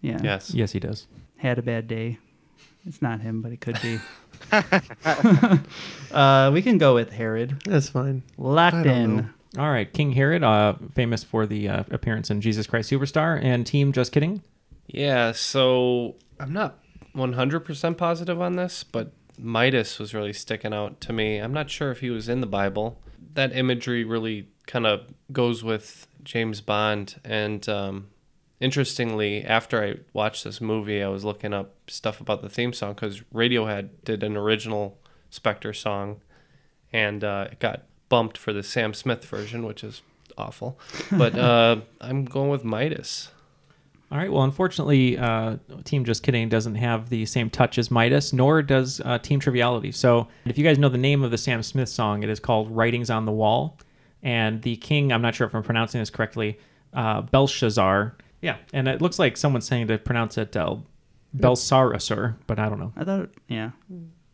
G: Yeah.
I: Yes.
E: Yes, he does.
G: Had a bad day. It's not him, but it could be. uh, we can go with Herod.
H: That's fine.
G: Locked in.
E: All right, King Herod, uh, famous for the uh, appearance in Jesus Christ Superstar, and team. Just kidding.
I: Yeah. So I'm not 100% positive on this, but Midas was really sticking out to me. I'm not sure if he was in the Bible. That imagery really kind of Uh, goes with James Bond. And um, interestingly, after I watched this movie, I was looking up stuff about the theme song because Radiohead did an original Spectre song and uh, it got bumped for the Sam Smith version, which is awful. But uh, I'm going with Midas.
E: All right. Well, unfortunately, uh, Team Just Kidding doesn't have the same touch as Midas, nor does uh, Team Triviality. So, if you guys know the name of the Sam Smith song, it is called "Writings on the Wall," and the king. I'm not sure if I'm pronouncing this correctly. Uh, Belshazzar. Yeah, and it looks like someone's saying to pronounce it uh, Belsarasur, but I don't know.
G: I thought, yeah.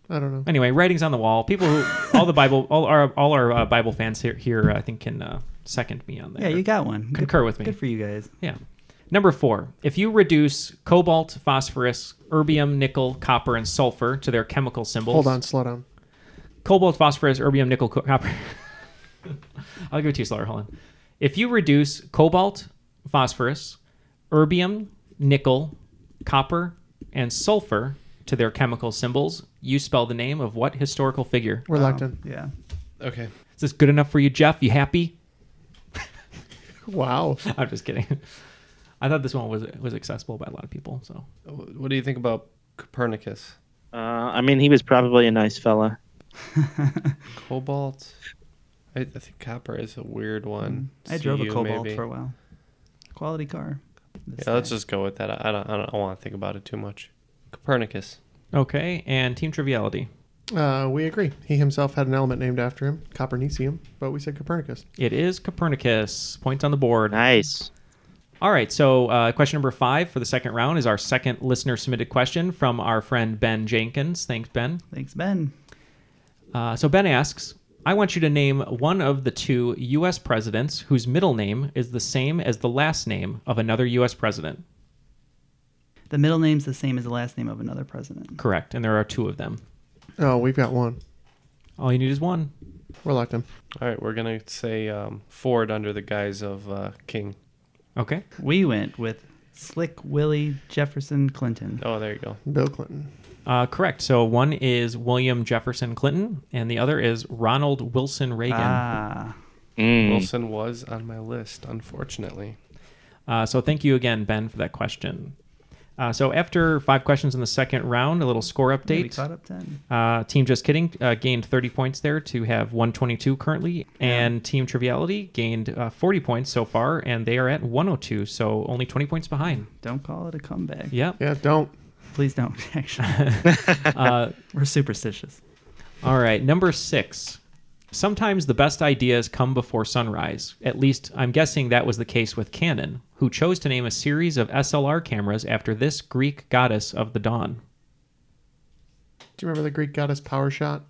H: I don't know.
E: Anyway, writings on the wall. People who all the Bible, all our all our uh, Bible fans here, here I think can uh, second me on that.
G: Yeah, you got one.
E: Concur
G: Good-
E: with me.
G: Good for you guys.
E: Yeah. Number four, if you reduce cobalt, phosphorus, erbium, nickel, copper, and sulfur to their chemical symbols.
H: Hold on, slow down.
E: Cobalt, phosphorus, erbium, nickel, co- copper. I'll go to you slower. Hold on. If you reduce cobalt, phosphorus, erbium, nickel, copper, and sulfur to their chemical symbols, you spell the name of what historical figure?
H: We're locked in.
G: Yeah.
I: Okay.
E: Is this good enough for you, Jeff? You happy?
H: Wow.
E: I'm just kidding. I thought this one was was accessible by a lot of people. So
I: What do you think about Copernicus?
F: Uh, I mean, he was probably a nice fella.
I: Cobalt. I, I think copper is a weird one.
G: Mm. I drove a
I: Cu,
G: Cobalt
I: maybe.
G: for a while. Quality car.
I: Yeah, let's just go with that. I I don't. I don't want to think about it too much. Copernicus.
E: okay, and team triviality.
H: Uh, we agree. He himself had an element named after him, Copernicium, but we said Copernicus.
E: It is Copernicus. Points on the board.
F: Nice.
E: All right. So, uh, question number five for the second round is our second listener submitted question from our friend Ben Jenkins. Thanks, Ben.
G: Thanks, Ben.
E: Uh, so, Ben asks I want you to name one of the two U.S. presidents whose middle name is the same as the last name of another U.S. president.
G: The middle name's the same as the last name of another president.
E: Correct. And there are two of them.
H: Oh, we've got one.
E: All you need is one.
H: We're locked in.
I: All right, we're gonna say um, Ford under the guise of uh, King.
E: Okay.
G: We went with Slick Willie Jefferson Clinton.
I: Oh, there you go.
H: Bill Clinton.
E: Uh, correct. So, one is William Jefferson Clinton, and the other is Ronald Wilson Reagan.
G: Ah,
F: Mm.
I: Wilson was on my list, unfortunately.
E: Uh, so thank you again, Ben, for that question. Uh, so after five questions in the second round, a little score
G: yeah, we
E: update.
G: caught up ten.
E: Uh, team Just Kidding uh, gained 30 points there to have 122 currently, and Team Triviality gained uh, 40 points so far, and they are at 102, so only 20 points behind.
G: Don't call it a comeback.
E: Yeah.
H: Yeah, don't.
G: Please don't. Actually, we're superstitious.
E: All right. Number six. Sometimes the best ideas come before sunrise. At least, I'm guessing that was the case with Canon, who chose to name a series of SLR cameras after this Greek goddess of the dawn.
H: Do you remember the Greek goddess Power Shot?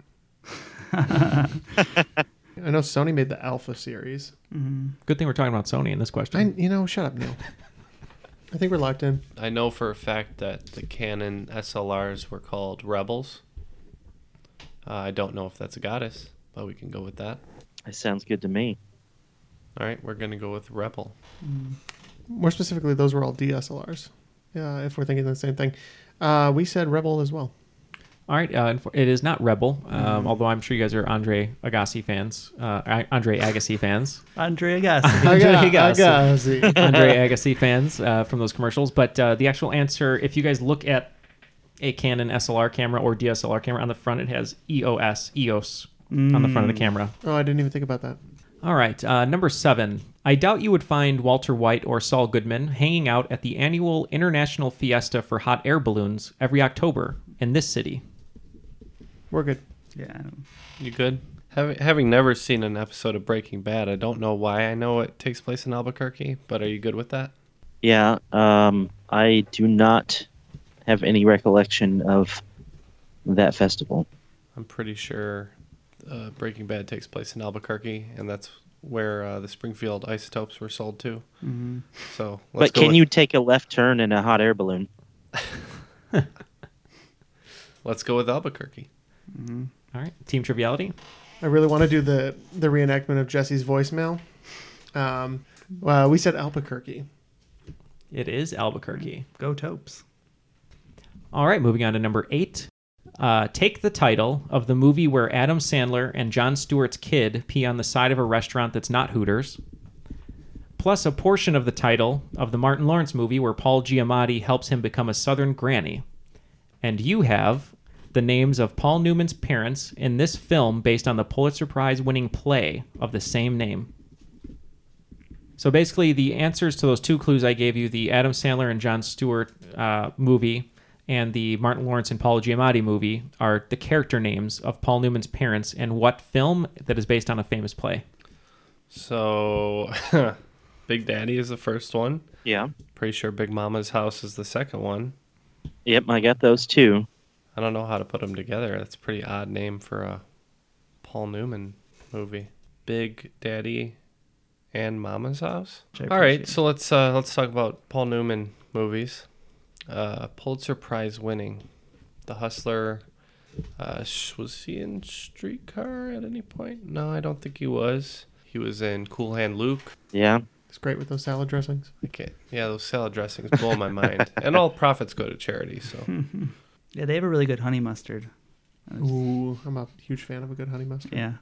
H: I know Sony made the Alpha series.
E: Good thing we're talking about Sony in this question.
H: I, you know, shut up, Neil. I think we're locked in.
I: I know for a fact that the Canon SLRs were called Rebels. Uh, I don't know if that's a goddess, but we can go with that.
F: That sounds good to me.
I: All right, we're gonna go with Rebel.
H: Mm. More specifically, those were all DSLRs. Yeah, if we're thinking the same thing, uh, we said Rebel as well.
E: All right, uh, inf- it is not Rebel, um, although I'm sure you guys are Andre Agassi fans, uh, I- Andre Agassi fans,
G: Andrea Gassi.
E: Agassi.
H: Agassi.
E: Andre Agassi fans uh, from those commercials. But uh, the actual answer, if you guys look at a Canon SLR camera or DSLR camera on the front, it has E EOS, EOS on the front of the camera.
H: Oh, I didn't even think about that.
E: All right, uh, number seven. I doubt you would find Walter White or Saul Goodman hanging out at the annual International Fiesta for Hot Air Balloons every October in this city.
H: We're good.
G: yeah, I don't-
I: You good? Having, having never seen an episode of Breaking Bad, I don't know why I know it takes place in Albuquerque, but are you good with that?
F: Yeah, um, I do not have any recollection of that festival.
I: I'm pretty sure uh, Breaking Bad takes place in Albuquerque, and that's where uh, the Springfield isotopes were sold to. So, let's
F: but
I: go
F: can
I: with,
F: you take a left turn in a hot air balloon?
I: Let's go with Albuquerque.
E: All right, Team Triviality.
H: I really want to do the the reenactment of Jesse's voicemail. Um, well, we said Albuquerque.
E: It is Albuquerque.
G: go Topes.
E: All right, moving on to number eight. Uh, take the title of the movie where Adam Sandler and John Stewart's kid pee on the side of a restaurant that's not Hooters, plus a portion of the title of the Martin Lawrence movie where Paul Giamatti helps him become a Southern granny. And you have the names of Paul Newman's parents in this film based on the Pulitzer Prize winning play of the same name. So basically, the answers to those two clues I gave you the Adam Sandler and John Stewart uh, movie and the Martin Lawrence and Paul Giamatti movie are the character names of Paul Newman's parents and what film that is based on a famous play.
I: So, Big Daddy is the first one.
F: Yeah.
I: Pretty sure Big Mama's House is the second one.
F: Yep, I got those too.
I: I don't know how to put them together. That's a pretty odd name for a Paul Newman movie. Big Daddy and Mama's House.
G: I
I: All right, so let's uh, let's talk about Paul Newman movies. Uh, Pulitzer Prize winning, The Hustler. Uh, sh- was he in Streetcar at any point? No, I don't think he was. He was in Cool Hand Luke.
F: Yeah.
H: It's great with those salad dressings.
I: Okay. Yeah, those salad dressings blow my mind. And all profits go to charity. So
G: Yeah, they have a really good honey mustard.
H: Ooh, I'm a huge fan of a good honey mustard.
G: Yeah.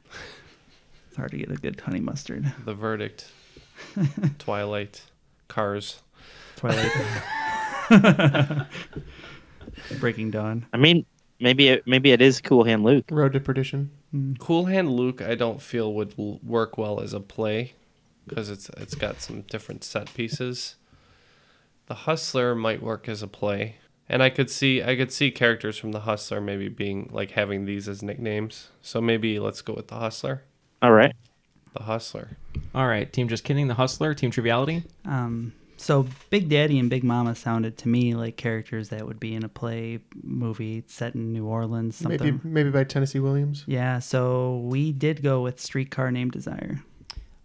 G: It's hard to get a good honey mustard.
I: the verdict, Twilight, Cars.
G: Twilight. Breaking Dawn.
F: I mean, maybe it, maybe it is Cool Hand Luke.
H: Road to Perdition.
I: Cool Hand Luke, I don't feel would l- work well as a play because it's it's got some different set pieces. The Hustler might work as a play, and I could see I could see characters from the Hustler maybe being like having these as nicknames. So maybe let's go with the Hustler.
F: All right.
I: The Hustler.
E: All right, team just kidding. The Hustler, team triviality.
G: Um, so Big Daddy and Big Mama sounded to me like characters that would be in a play, movie set in New Orleans, something.
H: Maybe maybe by Tennessee Williams.
G: Yeah, so we did go with Streetcar Named Desire.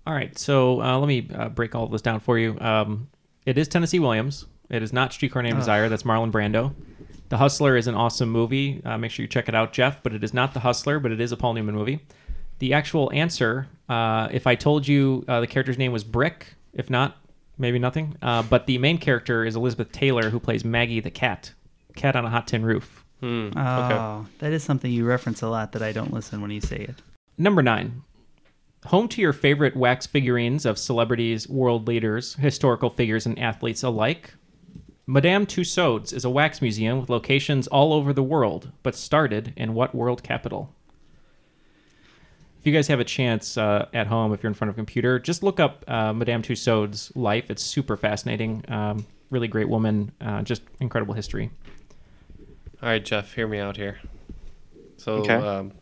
E: All right, so uh, let me uh, break all of this down for you. Um, it is Tennessee Williams. It is not Streetcar Named
G: Ugh.
E: Desire. That's Marlon Brando. The Hustler is an awesome movie. Uh, make sure you check it out, Jeff. But it is not The Hustler, but it is a Paul Newman movie. The actual answer, uh, if I told you uh, the character's name was Brick, if not, maybe nothing. Uh, but the main character is Elizabeth Taylor, who plays Maggie the cat, cat on a hot tin roof.
I: Hmm.
G: Oh, that is something you reference a lot that I don't listen when you say it.
E: Number nine, home to your favorite wax figurines of celebrities, world leaders, historical figures, and athletes alike. Madame Tussauds is a wax museum with locations all over the world, but started in what world capital? If you guys have a chance uh, at home, if you're in front of a computer, just look up uh, Madame Tussauds' life. It's super fascinating. Um, really great woman, uh, just incredible history.
I: All right, Jeff, hear me out here. So
F: Okay.
I: um,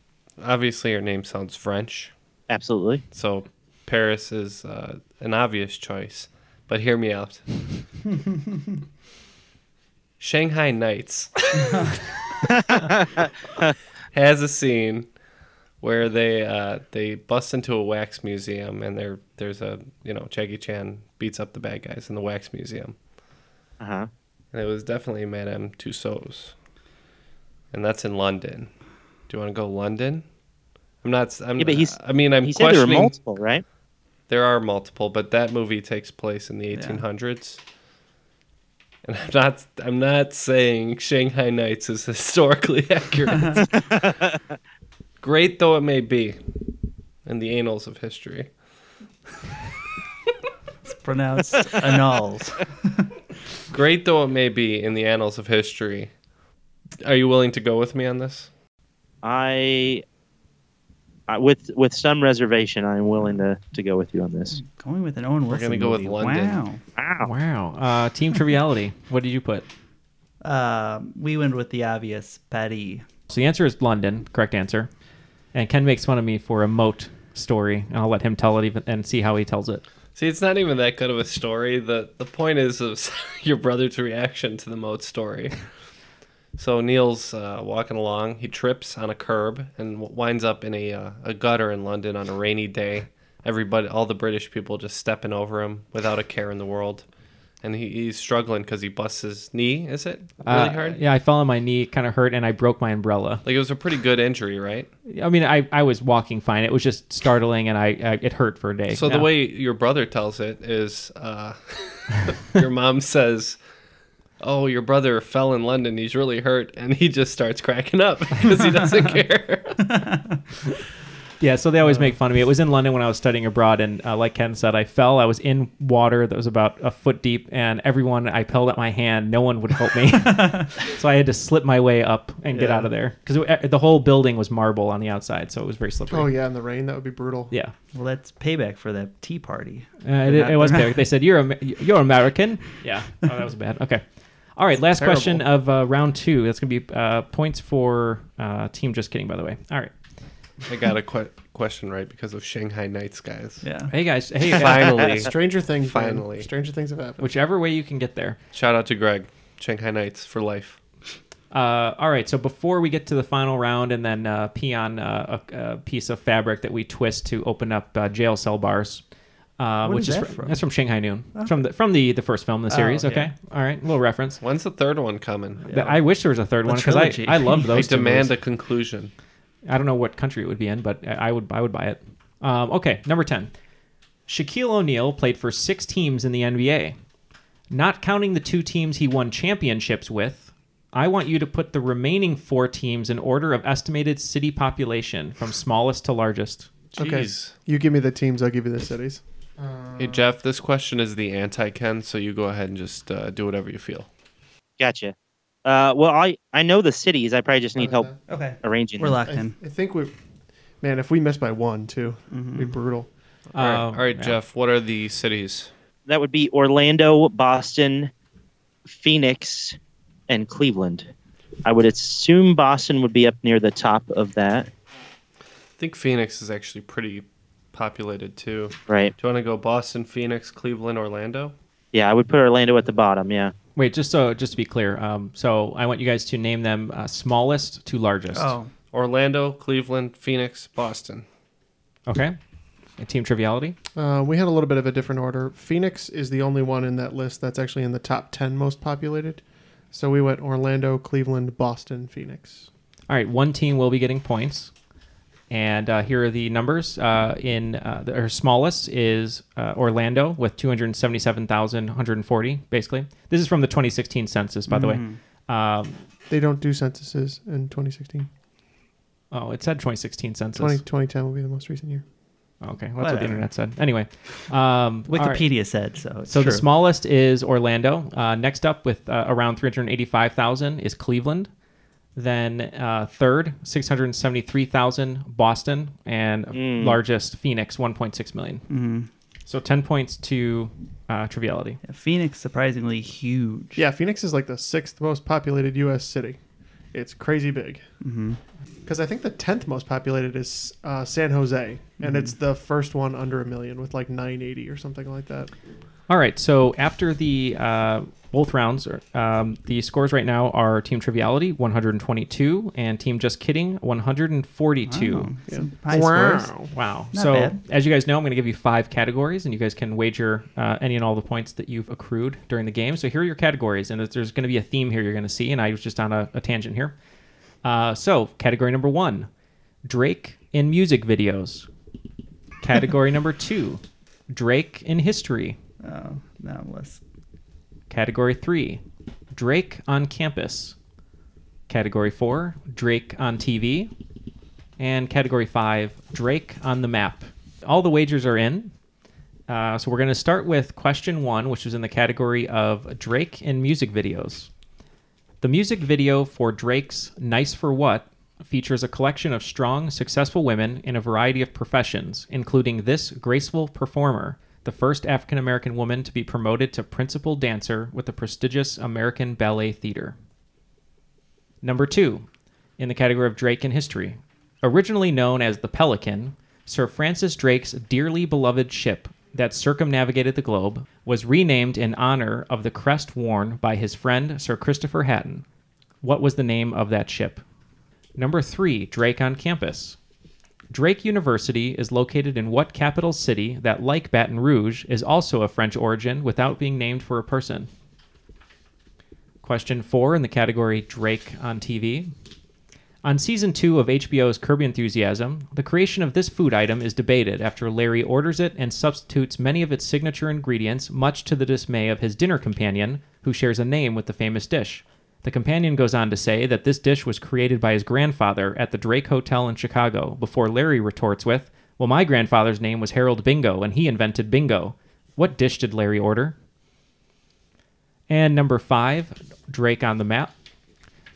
I: obviously your name sounds French.
F: Absolutely.
I: So Paris is uh, an obvious choice, but hear me out. Shanghai Nights has a scene where they uh, they bust into a wax museum and there there's a you know Jackie Chan beats up the bad guys in the wax museum
F: Uh huh.
I: and it was definitely Madame Tussauds, and that's in London. Do you want to go London? I'm not. I'm,
F: Yeah, but he's-
I: I mean, I'm
F: He said there were
I: questioning.
F: multiple, right?
I: There are multiple, but that movie takes place in the 1800s. And I'm not I'm not saying Shanghai Nights is historically accurate. Great though it may be in the annals of history.
G: It's pronounced annals.
I: Great though it may be in the annals of history. Are you willing to go with me on this?
F: I, I with with some reservation, I'm willing to to go with you on this.
G: Going with an Owen Wilson.
I: gonna go with
G: movie.
I: London.
G: Wow.
F: Wow.
E: Wow. Uh, team Triviality, what did you put?
G: Um, we went with the obvious, Patty.
E: So the answer is London, correct answer. And Ken makes fun of me for a moat story, and I'll let him tell it even, and see how he tells it.
I: See, it's not even that good of a story. The the point is of your brother's reaction to the moat story. So Neil's uh, walking along. He trips on a curb and w- winds up in a uh, a gutter in London on a rainy day. Everybody, all the British people, just stepping over him without a care in the world, and he, he's struggling because he busts his knee. Is it really
E: Uh,
I: hard?
E: Yeah, I fell on my knee, kind of hurt, and I broke my umbrella.
I: Like it was a pretty good injury, right?
E: I mean, I, I was walking fine. It was just startling, and I, I it hurt for a day.
I: So
E: Yeah.
I: the way your brother tells it is, uh, your mom says, "Oh, your brother fell in London. He's really hurt," and he just starts cracking up because he doesn't care.
E: yeah, so they
I: Uh.
E: always make fun of me. It was in London when I was studying abroad, and uh, like Ken said, I fell. I was in water that was about a foot deep, and everyone I held up my hand. No one would help me, so I had to slip my way up and get
G: Yeah.
E: out of there because the whole building was marble on the outside, so it was very slippery.
H: Oh yeah, in the rain that would be brutal.
E: yeah.
G: Well, that's payback for that tea party.
E: Uh, it,
G: not-
E: it was
G: they're not-
E: bad. They said you're Amer- you're American. Yeah. Oh, that was bad. Okay. All right. Last
I: Terrible.
E: question of uh, round two. That's gonna be uh, points for uh, team. Just kidding, by the way. All right.
I: I got a que- question right because of Shanghai Nights, guys.
G: Yeah.
E: Hey guys. Hey. uh,
I: Finally,
H: Stranger Things. man.
I: Finally.
H: Stranger Things have happened.
E: whichever way you can get there.
I: shout out to Greg. Shanghai Nights for life.
E: Uh, all right. So before we get to the final round, and then uh, pee on uh, a, a piece of fabric that we twist to open up uh, jail cell bars. uh,
I: What
E: which
I: is
E: is,
I: that
E: fr-
I: from?
E: that's from Shanghai Noon,
I: Oh.
E: from the from the, the first film in the
I: Oh,
E: series.
I: okay.
E: okay. all right, little reference.
I: When's the third one coming?
E: Th- I wish there was a third
I: The
E: one because I
I: trilogy.
E: I loved
I: I
E: those. two
I: demand
E: movies.
I: a conclusion.
E: I don't know what country it would be in, but I I would I would buy it. Um, okay, number ten. Shaquille O'Neal played for six teams in the NBA. Not counting the two teams he won championships with, I want you to put the remaining four teams in order of estimated city population from smallest to largest.
H: Okay. You give me the teams, I'll give you the cities.
I: Hey Jeff, this question is the anti-Ken, so you go ahead and just uh, do whatever you feel.
F: Gotcha. Uh, well, I I know the cities. I probably just need
I: Uh-huh.
F: help
G: Okay.
F: arranging.
G: We're
F: them.
G: locked in.
H: I think we, man, if we miss by one too, it'd
I: Mm-hmm.
H: be brutal.
I: All right,
E: Um,
I: all right Jeff, what are the cities?
F: That would be Orlando, Boston, Phoenix, and Cleveland. I would assume Boston would be up near the top of that.
I: I think Phoenix is actually pretty populated too.
F: Right.
I: Do you want to go Boston, Phoenix, Cleveland, Orlando?
F: Yeah, I would put Orlando at the bottom. Yeah.
E: Wait, just so just to be clear, um, so I want you guys to name them uh, smallest to largest.
G: Oh.
I: Orlando, Cleveland, Phoenix, Boston.
E: Okay. And team triviality.
H: Uh, we had a little bit of a different order. Phoenix is the only one in that list that's actually in the top ten most populated. So we went Orlando, Cleveland, Boston, Phoenix.
E: All right, one team will be getting points. And uh, here are the numbers. Uh, in uh, the, our smallest is uh, Orlando with 277,140, basically. This is from the 2016 census, by the way. Um,
H: They don't do censuses in 2016.
E: oh, it said 2016 census.
H: 20, 2010 will be the most recent year.
E: Okay, well, that's what
H: Whatever.
E: the internet said. Anyway, um, all right.
G: Wikipedia said, so it's
E: So the
G: true.
E: smallest is Orlando. Uh, next up, with uh, around three hundred eighty-five thousand, is Cleveland. Then uh, third, six hundred seventy-three thousand, Boston, and
G: Mm.
E: largest Phoenix, one point six million.
G: Mhm.
E: So ten points to uh, triviality.
G: Phoenix surprisingly huge.
H: Yeah, Phoenix is like the sixth most populated U.S. city. It's crazy big.
E: Mm-hmm.
G: Mhm.
H: Because I think the tenth most populated is uh, San Jose, and
E: Mhm.
H: it's the first one under a million with like 980 or something like that.
E: All right. So after the uh, both rounds, are- um, the scores right now are Team Triviality 122 and Team Just Kidding 142.
G: Wow, some high Wow. scores.
E: Wow.
G: Not
E: so
G: bad.
E: as you guys know, I'm going to give you five categories, and you guys can wager uh, any and all the points that you've accrued during the game. So here are your categories, and there's going to be a theme here you're going to see. And I was just on a, a tangent here. Uh, so category number one, Drake in music videos. Category number two, Drake in history.
G: Oh, that was
E: Category 3, Drake on campus. Category 4, Drake on TV. And category 5, Drake on the map. All the wagers are in. Uh, so we're going to start with question 1, which is in the category of Drake in music videos. The music video for Drake's Nice for What features a collection of strong, successful women in a variety of professions, including this graceful performer, the first African American woman to be promoted to principal dancer with the prestigious American Ballet Theater. Number two, in the category of Drake in history, originally known as the Pelican, Sir Francis Drake's dearly beloved ship that circumnavigated the globe was renamed in honor of the crest worn by his friend Sir Christopher Hatton. What was the name of that ship? Number three, Drake on campus. Drake University is located in what capital city that, like Baton Rouge, is also of French origin without being named for a person? Question four in the category Drake on TV. On season two of HBO's Curb Your Enthusiasm, the creation of this food item is debated after Larry orders it and substitutes many of its signature ingredients, much to the dismay of his dinner companion, who shares a name with the famous dish. The companion goes on to say that this dish was created by his grandfather at the Drake Hotel in Chicago, before Larry retorts with, Well, my grandfather's name was Harold Bingo, and he invented bingo. What dish did Larry order? And number five, Drake on the map.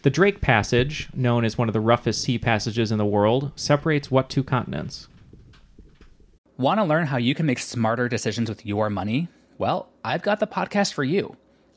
E: The Drake Passage, known as one of the roughest sea passages in the world, separates what two continents?
M: Want to learn how you can make smarter decisions with your money? Well, I've got the podcast for you.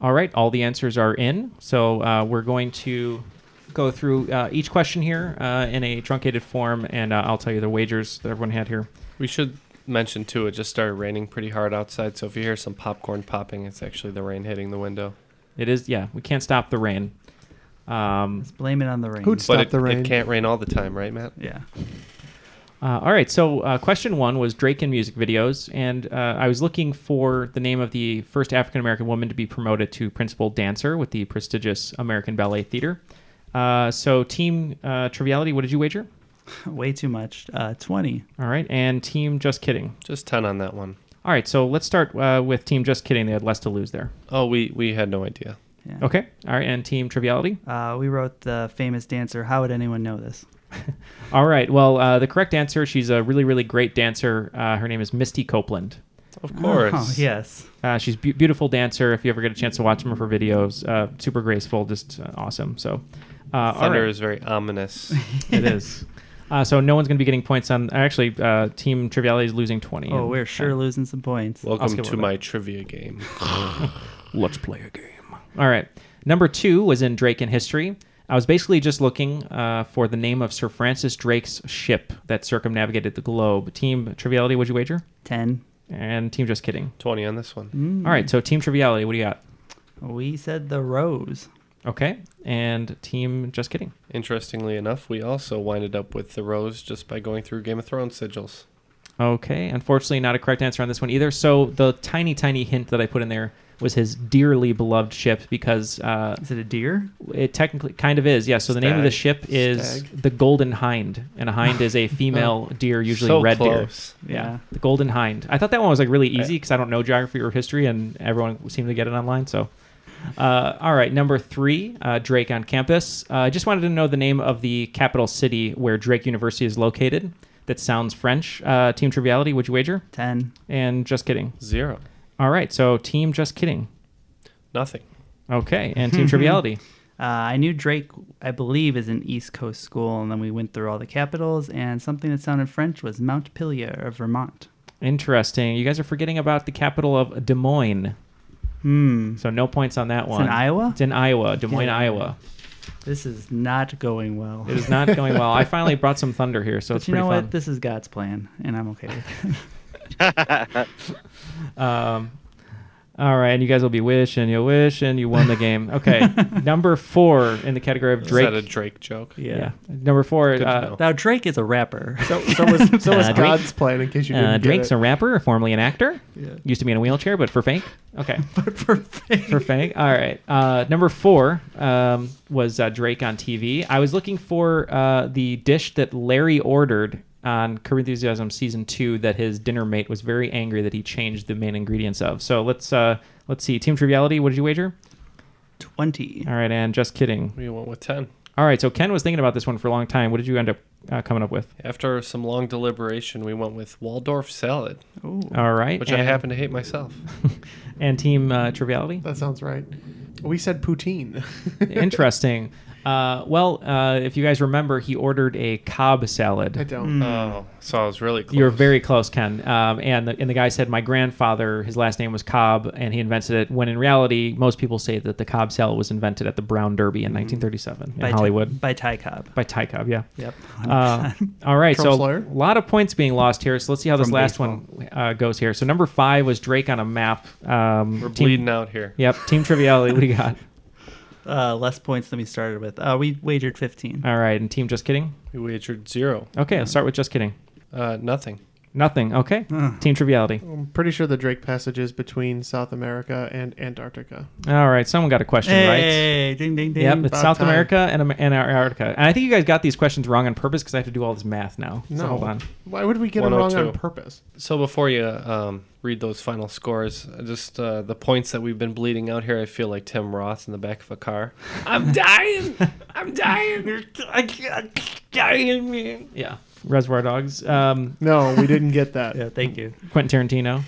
E: All right, all the answers are in. So uh, we're going to go through uh, each question here uh, in a truncated form, and uh, I'll tell you the wagers that everyone had here.
I: We should mention too. It just started raining pretty hard outside, so if you hear some popcorn popping, it's actually the rain hitting the window.
E: It is, yeah. We can't stop the rain. Um, Let's
G: blame it on the rain.
I: But it, It can't rain all the time, right, Matt?
G: Yeah.
E: Uh, all right, so uh, question one was Drake in music videos, and uh, I was looking for the name of the first African American woman to be promoted to principal dancer with the prestigious American Ballet Theater. Uh, so, team uh, triviality, what did you wager?
G: Way too much. Uh, 20.
E: All right, and team just kidding.
I: Just 10 on that one.
E: All right, so let's start uh, with team just kidding. They had less to lose there.
I: Oh, we we had no idea.
E: Okay, all right, and team triviality.
G: Uh, we wrote the famous dancer. How would anyone know this?
E: All right. Well, uh, the correct answer. She's a really, really great dancer. Uh, her name is Misty Copeland.
I: Of course.
G: Oh, yes.
E: Uh, she's be- beautiful dancer. If you ever get a chance to watch some of her videos, uh, super graceful, just uh, awesome. So, uh, all
I: Thunder
E: right.
I: is very ominous.
E: it is. Uh, so no one's going to be getting points on. Actually, uh, Team Triviality is losing twenty.
G: Oh,
E: And-
G: we're sure losing some points.
I: Welcome to my trivia game.
E: Let's play a game. All right. Number two was in Drake in History. I was basically just looking uh, for the name of Sir Francis Drake's ship that circumnavigated the globe. Team Triviality, would you wager?
G: 10.
E: And Team Just Kidding?
I: 20 on this one.
G: Mm.
E: All right, so Team Triviality, what do you got?
G: We said the rose.
E: Okay. And Team Just Kidding?
I: Interestingly enough, we also winded up with the rose just by going through Game of Thrones sigils.
E: Okay. Unfortunately, not a correct answer on this one either. So the tiny, tiny hint that I put in there was his dearly beloved ship because uh,
G: is it a deer?
E: It technically kind of is. Yeah. So the name of the
I: Stag.
E: ship is
I: Stag.
E: the Golden Hind, and a hind is a female
I: Oh.
E: deer, usually
I: So
E: red
I: close.
E: deer. Yeah.
I: Yeah. Uh,
E: The Golden Hind. I thought that one was like really easy because I don't know geography or history, and everyone seemed to get it online. So. Uh, all right, number three, uh, Drake on campus. Uh, I just wanted to know the name of the capital city where Drake University is located. That sounds French. Uh, team Triviality, would you wager?
G: 10.
E: And just kidding.
I: Zero.
E: All right, so team just kidding.
I: Nothing.
E: Okay, and team Triviality.
G: Uh, I knew Drake, I believe, is an East Coast school, and then we went through all the capitals, and something that sounded French was Mount Pillier of Vermont.
E: Interesting. You guys are forgetting about the capital of Des Moines.
G: Hmm.
E: So no points on that
G: It's in
E: one.
G: Iowa?
E: It's in Iowa, Des Moines,
G: Yeah.
E: Iowa.
G: This is not going well.
E: It is not going well. I finally brought some thunder here, so
G: but
E: it's
G: you
E: pretty
G: know
E: fun.
G: what? This is God's plan, and I'm okay with
F: it.
E: Um, all right, and you guys will be wish and you'll wish and you won the game. Okay, number four in the category of
I: Is
E: Drake.
I: that a Drake joke?
E: Yeah. Number four.
I: Good to
E: Uh,
I: know.
G: now Drake is a rapper.
E: So, so was, so was
G: Uh, Drake-
E: God's
H: plan, in case you
E: uh,
H: didn't get
E: Drake's
H: it.
E: a rapper, formerly an actor.
H: Yeah.
E: Used to be in a wheelchair, but for fake. Okay. but for fake. For fake. All right. Uh, number four um, was uh, Drake on TV. I was looking for uh, the dish that Larry ordered on Curb Your Enthusiasm season two that his dinner mate was very angry that he changed the main ingredients of. So let's uh, let's see. Team Triviality, what did you wager?
G: Twenty.
E: All right, and just kidding.
I: We went with 10.
E: All right, so Ken was thinking about this one for a long time. What did you end up uh, coming up with?
I: After some long deliberation, we went with Waldorf salad.
E: All right,
I: Which I
E: and-
I: happen to hate myself.
E: And team uh, triviality.
H: That sounds right. We said poutine.
E: Interesting. Uh, well, uh, if you guys remember, he ordered a cob salad.
H: I don't. Mm.
I: Oh, so I was really close.
E: You were very close, Ken. Um, and the, and the guy said my grandfather, his last name was Cobb, and he invented it. When in reality, most people say that the Cobb salad was invented at the Brown Derby in 1937 in
G: Mm-hmm. By Ty-
E: Hollywood.
G: by Ty Cobb.
E: By Ty Cobb, yeah.
G: Yep.
E: Uh, all right,
G: Trump's
E: so
G: lawyer.
E: a lot of points being lost here. So let's see how this
G: From
E: last one uh, goes here. So number five was Drake on a map. Um,
I: We're bleeding out here.
E: Yep. Team Triviality, what do you got?
G: Uh, less points than we started with. Uh, we wagered 15.
E: All right, and team just kidding?
I: We wagered zero.
E: Okay, let's start with just kidding.
I: Uh, nothing.
E: Nothing. Okay.
G: Hmm.
E: Team Triviality.
H: I'm pretty sure the Drake Passage is between South America and Antarctica.
E: All right, someone got a question right.
H: Hey, ding, ding, ding.
E: Yep, it's
H: About
E: South
H: time.
E: America and, Am- and Antarctica. And I think you guys got these questions wrong on purpose because I have to do all this math now. So
H: No.
E: hold on.
H: Why would we get it wrong on
I: 102.
H: purpose?
I: So before you um, read those final scores, uh, just uh, the points that we've been bleeding out here, I feel like Tim Roth in the back of a car. I'm dying. I'm dying.
G: I'm
I: dying, man.
E: Yeah. Reservoir Dogs. Um,
H: no, we didn't get that.
G: yeah, thank you.
E: Quentin Tarantino,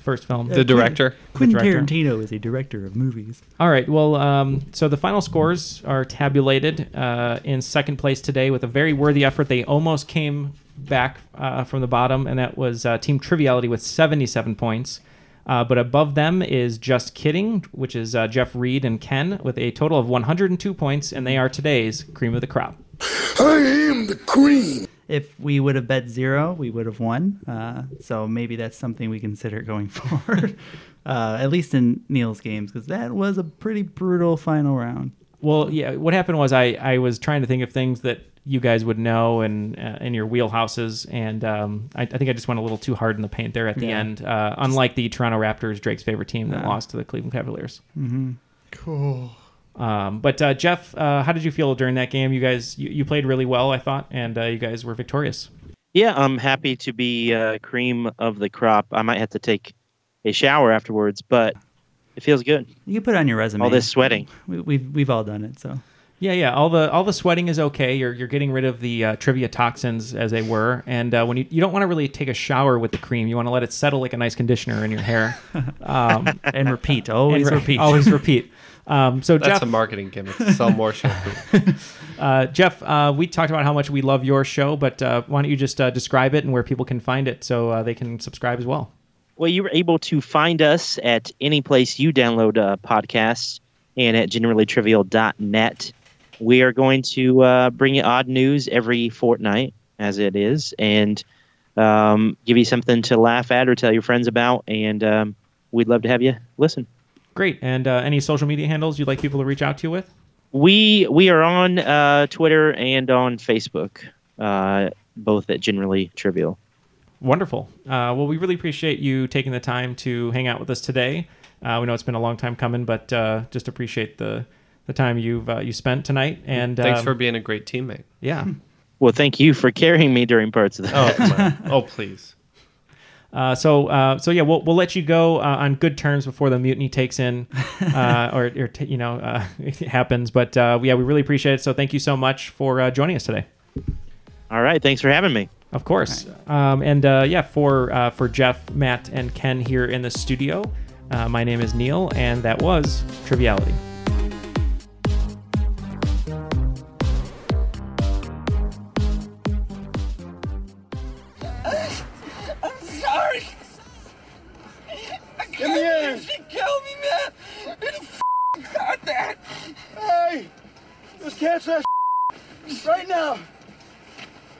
E: first film.
G: The director.
E: The
G: Quentin
E: director.
G: Tarantino is a director of movies.
E: All right. Well, um, so the final scores are tabulated uh, in second place today with a very worthy effort. They almost came back uh, from the bottom, and that was uh, Team Triviality with 77 points. Uh, but above them is Just Kidding, which is uh, Jeff Reed and Ken with a total of 102 points, and they are today's cream of the crop.
G: I am the cream. If we would have bet zero, we would have won. Uh, so maybe that's something we consider going forward, uh, at least in Neil's games, because that was a pretty brutal final round.
E: Well, yeah. What happened was I, I was trying to think of things that you guys would know and uh, in your wheelhouses, and um, I, I think I just went a little too hard in the paint there at the
G: Yeah.
E: end. Uh, unlike the Toronto Raptors, Drake's favorite team that
G: Yeah.
E: lost to the Cleveland Cavaliers.
G: Mm-hmm.
H: Cool.
E: Um, but uh, Jeff, uh, how did you feel during that game? You guys, you, you played really well, I thought, and uh, you guys were victorious.
F: Yeah, I'm happy to be uh, cream of the crop. I might have to take a shower afterwards, but it feels good.
G: You can put it on your resume.
F: All this sweating.
G: We, we've we've all done it. So
E: Yeah, yeah. All the all the sweating is okay. You're you're getting rid of the uh, trivia toxins as they were, and uh, when you you don't want to really take a shower with the cream, you want to let it settle like a nice conditioner in your hair, um,
G: and repeat. Always
E: re-
G: repeat.
E: always repeat. Um, so
I: That's
E: Jeff,
I: a marketing gimmick. Sell more shampoo.
E: uh, Jeff, uh, we talked about how much we love your show, but uh, why don't you just uh, describe it and where people can find it so uh, they can subscribe as well?
F: Well, you were able to find us at any place you download uh, podcasts and at generallytrivial.net. We are going to uh, bring you odd news every fortnight, as it is, and um, give you something to laugh at or tell your friends about. And um, we'd love to have you listen.
E: Great. And uh, any social media handles you'd like people to reach out to you with?
F: We we are on uh, Twitter and on Facebook, uh, both at generally trivial.
E: Wonderful. Uh, well, we really appreciate you taking the time to hang out with us today. Uh, we know it's been a long time coming, but uh, just appreciate the the time you've uh, you spent tonight. And
I: Thanks
E: um,
I: for being a great teammate.
E: yeah.
F: Well, thank you for carrying me during parts of
I: Oh,
F: that.
I: come on. oh please.
E: Uh, so uh, so yeah, we'll we'll let you go uh, on good terms before the mutiny takes in, uh, or, or t- you know uh, it happens. But uh, yeah, we really appreciate it. So thank you so much for uh, joining us today.
F: All right, thanks for having me.
E: Of course. Um, and uh, yeah, for uh, for Jeff, Matt, and Ken here in the studio. Uh, my name is Neil, and that was Triviality.
N: sorry. Come here. She killed me, man. Who the f- got that? Hey, let's cancel that s- right now.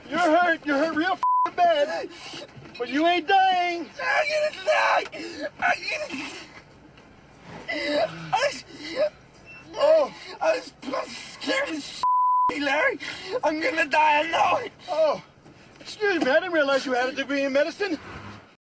N: You're hurt. You're hurt real f- bad. But you ain't dying. I'm gonna die. I'm gonna. I, oh, I was I'm scared as s- Larry. I'm gonna die. I know it. Oh. Excuse me, I didn't realize you had a degree in medicine.